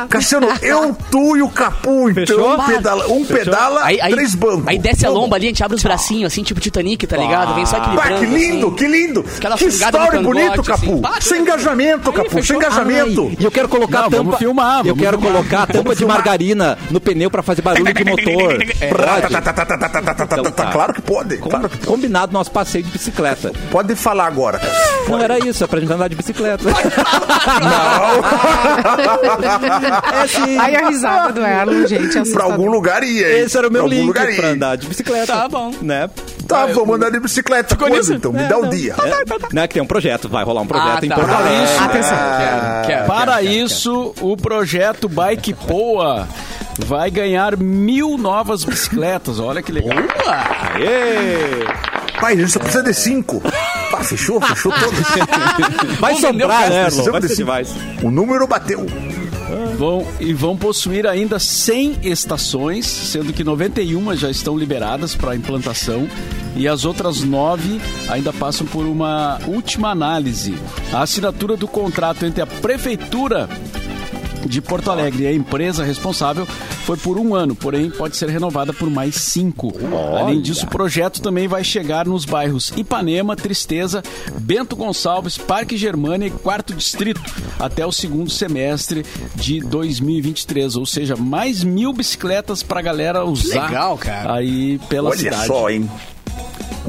Cassiano, eu, tu e o Capu, então
Fechou?
pedala, um pedala,
Aí, aí,
três bancos.
aí desce a lomba ali, a gente abre os bracinhos, assim, tipo Titanic, tá ligado? Vem só
Pá,
equilibrando.
que lindo,
assim.
que lindo.
Aquela
Que
fungada no
story
cangote,
bonito,
assim.
Capu.
Pá,
Sem engajamento, Capu, sem engajamento.
Ai, Ah, E eu quero colocar
Não,
a tampa.
vamos filmar,
eu
vamos
quero
filmar.
colocar a tampa de margarina no pneu pra fazer barulho de motor.
Tá, tá,
Pode?
tá, tá, tá, tá, tá, tá, tá, tá,
Então tá.
Claro que pode,
Com-
claro que pode.
Combinado nosso passeio de bicicleta.
Pode falar agora, Cassiano.
Não era isso, é pra gente andar de bicicleta. É sim.
Ai, a risada do Erlon, gente. é
Pra algum
assustador.
lugar ia, hein?
Esse era o meu
Pra algum
link
lugar ia.
pra andar de bicicleta.
Tá bom.
Né?
Tá, vamos andar de bicicleta. Quando,
nisso?
então? Me dá o dia.
É, né, que tem um projeto, vai rolar um projeto
Ah,
em
tá.
Porto
Para
Alegre.
isso.
Atenção.
Quero, quero,
Para
quero, quero.
isso, o projeto Bike Poa vai ganhar mil novas bicicletas. Olha que legal.
Boa!
Aê!
Pai, a gente só precisa de cinco. Pá, fechou, fechou todos.
Vai
Vamos vender o
sobrar,
resto,
né, Erlon?
precisamos
Vai
desse-
festival.
O número bateu.
Vão, e vão possuir ainda 100 estações, sendo que 91 já estão liberadas para implantação e as outras 9 ainda passam por uma última análise. A assinatura do contrato entre a Prefeitura de Porto Alegre e a empresa responsável foi por um ano, porém pode ser renovada por mais cinco. Além disso, o projeto também vai chegar nos bairros Ipanema, Tristeza, Bento Gonçalves, Parque Germânia e Quarto Distrito até o segundo semestre de 2023. Ou seja, mais mil bicicletas para a galera usar.
legal, cara.
Aí pela
Olha
cidade.
só, hein?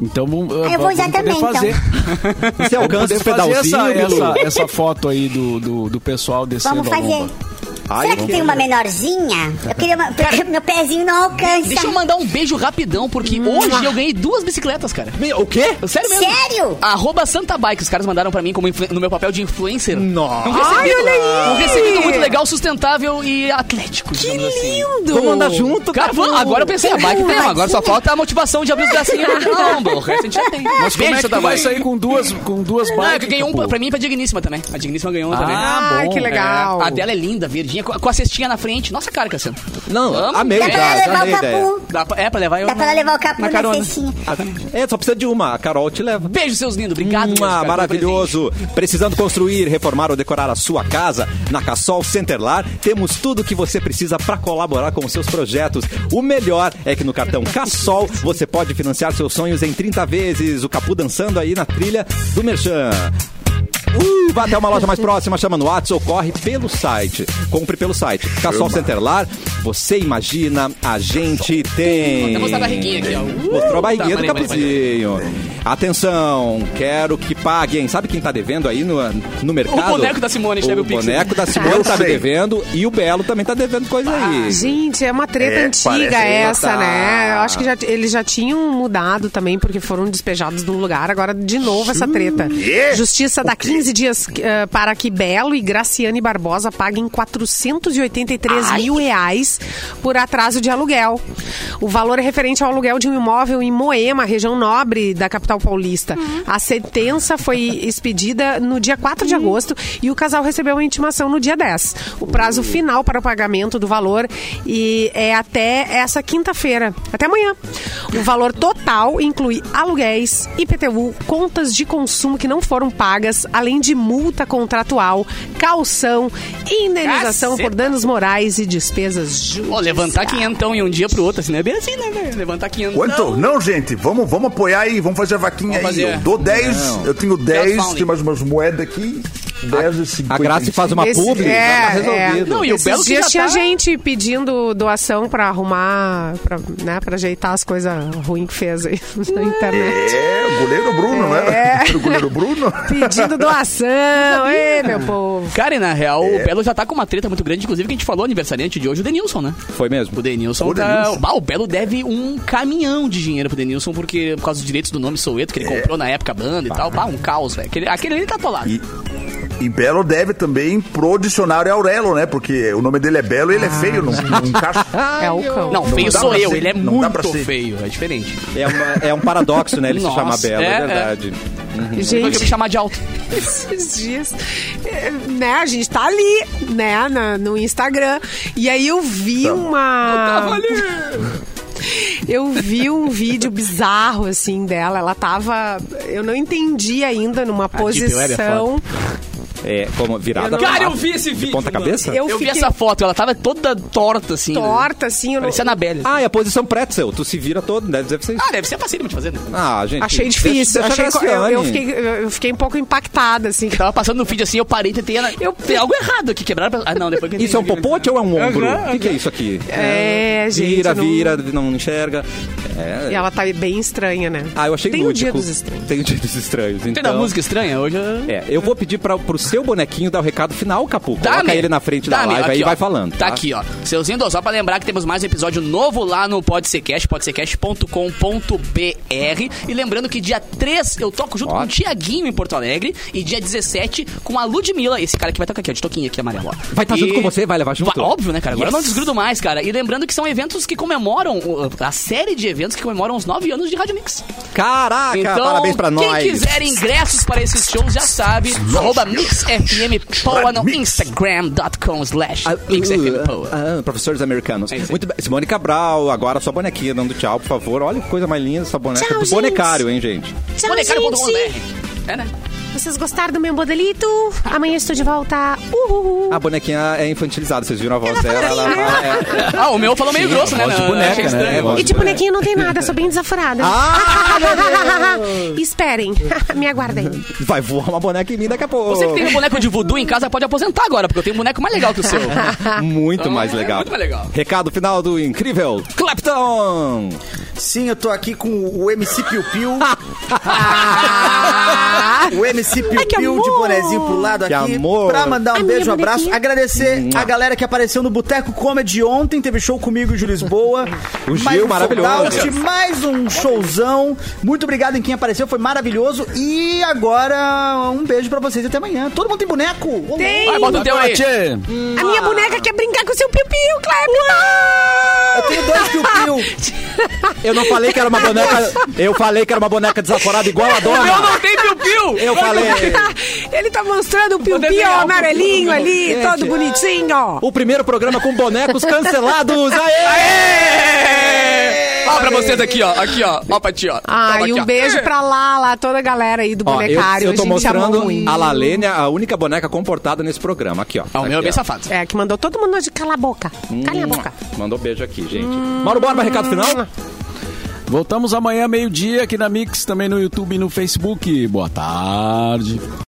Então vamos,
Ah, eu vou
vamos
usar
poder
também, então.
fazer.
Você
Vamos
alcança
poder
os
fazer
pedalzinhos.
essa,
Bilu?
essa, essa foto aí do, do, do pessoal descendo
Vamos
a lomba.
fazer. Será que tem uma menorzinha? Eu queria uma, porque meu pezinho não alcança.
Deixa eu mandar um beijo rapidão, porque hoje eu ganhei duas bicicletas, cara.
Me- O quê?
Sério mesmo? Tá,
Sério?
Arroba Santa Bike, os caras mandaram pra mim como influ- no meu papel de influencer.
Nossa.
Um recebido,
Ai, olha aí!
Um recebido muito legal, sustentável e atlético. Que
Lindo!
Vamos andar junto,
Cara, vamos- agora eu pensei, a bike tem, agora só falta a motivação de abrir os bracinhos na lomba. O resto a gente já tem.
Mas como é que tu vai sair com duas, com duas
Não, é que
bikes?
eu ganhei um
Capu?
pra, pra mim e pra Digníssima também. A Digníssima ganhou um também.
Ah,
Ai, que legal.
A dela é linda, verdinha, com a com a cestinha na frente. Nossa, cara, Cassiano.
Não,
Vamos.
amei,
Dá pra
tá,
ela levar
amei a
o
ideia.
capu.
Dá pra- é pra levar eu.
Dá pra ela levar o capu
na
na,
carona.
cestinha.
É, só precisa de uma. A Carol te leva.
Beijo, seus lindos. Obrigado. meus
Mua,
caras, pelo
Hum, maravilhoso. Precisando construir, reformar ou decorar a sua casa? Na Cassol Centerlar temos tudo o que você precisa para colaborar com os seus projetos. O melhor é que no cartão Cassol você pode financiar seus sonhos em 30 vezes. O Capu dançando aí na trilha do Merchan. Uh, vá até uma loja mais próxima, chama no WhatsApp ou corre pelo site. Compre pelo site. Cassol Centerlar, você imagina, a gente tem.
Vou mostrar a barriguinha aqui, ó. Uh!
Mostrou a barriguinha
Tá,
do
parei, parei,
capuzinho. Atenção, quero que paguem. Sabe quem tá devendo aí no, no mercado?
boneco da Simone,
O
escreve o Pix.
boneco da Simone
Eu
tá
sei.
devendo e o Belo também tá devendo coisa aí.
Gente, é uma treta
É,
antiga
parece
essa,
uma-
né? Eu acho que já- eles já tinham mudado também, porque foram despejados do lugar. Agora, de novo, essa treta.
quê?
Justiça dá 15 dias eh, para que Belo e Graciane Barbosa paguem 483 mil reais por atraso de aluguel. O valor é referente ao aluguel de um imóvel em Moema, região nobre da capital paulista. A sentença foi expedida no dia 4 de agosto e o casal recebeu a intimação no dia 10. O prazo final para o pagamento do valor e é até essa quinta-feira, até amanhã. O valor total inclui aluguéis, IPTU, contas de consumo que não foram pagas, além de multa contratual, calção, indenização
Caceta.
por danos morais e despesas judiciais.
Ó, levantar quinhentão em um dia pro outro, assim, não é bem assim, né, velho? Levantar quinhentão.
Quanto? Não, gente, vamos, vamos apoiar aí, vamos fazer a vaquinha
Vamos
aí.
fazer.
Eu dou 10, eu tenho 10,
Founding.
tem mais umas moedas aqui. 10 e 50.
A Graça faz uma
Esse- é,
publi, já tá resolvido.
Não, e o
Esses
Belo que
dias
já
tinha
tá-
gente pedindo doação pra arrumar, pra, né, pra ajeitar as coisas ruins que fez aí na internet.
É, o goleiro Bruno, não era? O goleiro Bruno?
Pedindo doação, ei, meu povo.
Cara, e na real, o Belo já tá com uma treta muito grande, inclusive, que a gente falou aniversariante de hoje, o Denilson, né?
Foi mesmo?
O Denilson
O
tá.
Denilson.
Bah, o Belo deve um caminhão de dinheiro pro Denilson, porque por causa dos direitos do nome Soueto, que ele comprou na época a banda e tal. Bah, um caos, velho. Aquele, aquele ali tá atolado.
É. E, e Belo deve também pro dicionário Aurelo, né? Porque o nome dele é Belo e ele é feio, não, não encaixa.
É o cão.
Não, feio
dá
sou
pra
eu,
ser,
ele é
não dá pra
muito
ser.
feio, é diferente.
É, uma- é um paradoxo, né? Ele se
Nossa,
chama Belo, é,
é, é.
verdade.
Ele vai me
Gente,
chamar de alto.
esses dias, é, né, a gente tá ali, né, na- no Instagram. E aí eu vi uma. Eu vi um vídeo bizarro, assim, dela. Ela tava. Eu não entendi ainda
Ah,
numa
Deep Web é
posição.
É, como virada.
Cara, eu vi esse vídeo,
Ponta
mano.
cabeça?
Eu
Eu vi
fiquei-
essa foto, ela tava toda torta, assim. né?
torta, assim. Eu não...
Parecia a Anabelle.
Ah, é a posição pretzel. Tu se vira todo, né? deve ser isso.
Ah, deve ser facílimo de fazer, né?
Ah, gente.
Achei
deixa-
difícil.
deixa assim, a
achei co- eu,
Graciane.
eu fiquei, eu fiquei um pouco impactada, assim.
Eu tava passando no feed assim, eu parei e tentei. ana- Eu tem algo errado aqui, quebraram. a pe- Ah, não, depois que eu
Isso é um
entendi.
popote ou é um ombro?
Aham,
O que, que é isso aqui?
É, gente.
Vira,
não-
vira, não enxerga. É.
E ela tá bem estranha, né?
Ah, eu achei
Tem
lúdico.
um dia dos estranhos.
Tem o dia dos estranhos.
Tem da
Então,
música estranha? Hoje eu...
É, eu vou pedir pra, pro seu bonequinho dar o recado final, Capu. Coloca
Dá-me.
ele na frente da
Dá-me.
live aí
Aqui,
e
ó.
vai falando.
Tá aqui, ó. Seuzinho do só pra lembrar que temos mais um episódio novo lá no Podsecash, podsecash.com.br. E lembrando que dia 3 eu toco junto
Ó.
com o Tiaguinho em Porto Alegre e dia 17 com a Ludmilla, esse cara que vai tocar aqui, ó, de toquinha aqui amarelo, ó.
Vai tá
E-
junto com você, vai levar junto?
óbvio, né, cara? Agora eu não
Yes.
desgrudo mais, cara. E lembrando que são eventos que comemoram uh, a série de eventos que comemoram os 9 anos de Rádio Mix.
Caraca,
Então,
parabéns pra
quem
nós.
quiser ingressos para esses shows já sabe, arroba mixfmpoa no instagram.com slash
Ah,
mixfmpoa.
ah, ah, professores americanos.
É isso aí.
Muito bem. Simone Cabral, agora sua bonequinha dando tchau, por favor. Olha que coisa mais linda essa boneca
Tchau,
do
gente.
bonecário, hein, gente?
Tchau, gente.
Bonecário.com.br. É, né?
Vocês gostaram do meu modelito? Amanhã estou de volta. Uhul.
A bonequinha é infantilizada, vocês viram a
tá
voz dela? Ela, é-
Ah, o meu falou meio grosso, né?
voz de
Não,
boneca,
achei
né?
estranho.
É, voz
E de bonequinho não tem nada, sou bem desaforada.
Ah,
Esperem, me aguardem.
vai voar uma boneca em mim daqui a pouco.
Você que tem um boneco de voodoo em casa pode aposentar agora, porque eu tenho um boneco mais legal que o seu.
Muito mais
é
legal.
muito mais legal.
Recado final do incrível Clapton.
Sim, eu tô aqui com o MC Piu Piu. o MC Piu Piu de bonezinho pro lado
Que
aqui.
amor.
Pra mandar um
Ai,
beijo, um
minha
abraço.
bonequinha.
Agradecer a galera que apareceu no Boteco Comedy ontem. Teve show comigo e o Gil Lisboa.
O Gil,
Mais um
maravilhoso.
sold out, mais um showzão. Muito obrigado em quem apareceu, foi maravilhoso. E agora, um beijo pra vocês. Até amanhã. Todo mundo tem boneco? Ô,
Tem!
Vai, bota o teu aí.
Tchê.
A minha boneca quer brincar com o seu piu-piu,
Eu
Ah! Cleber!
tenho dois Piu Piu.
Eu não falei que era uma boneca. Eu falei que era uma boneca desaforada igual a
O meu
dona.
não tem piu-piu.
Eu falei.
Ele tá mostrando o piu-piu
desenhar um
amarelinho ali,
Gente.
todo bonitinho.
O primeiro programa com bonecos cancelados. Aê!
É. Ó, pra vocês aqui, ó. Aqui, ó. Ó pra ti, ó.
Ah,
Toma
e
aqui,
um
ó. É.
beijo pra Lala, toda a galera aí do
Ó, eu,
bonecário.
eu tô
a gente amou
mostrando
muito.
a Lalene, a única boneca comportada nesse programa. Aqui, ó.
Ah, o meu é
Aqui,
bem
ó.
safado.
É, que mandou todo mundo de calar a boca.
Hum.
Cala a boca.
é-
Mandou beijo aqui, gente. Mauro Borba, recado
Hum.
final?
Voltamos amanhã, meio-dia, aqui na Mix, também no YouTube e no Facebook. Boa tarde.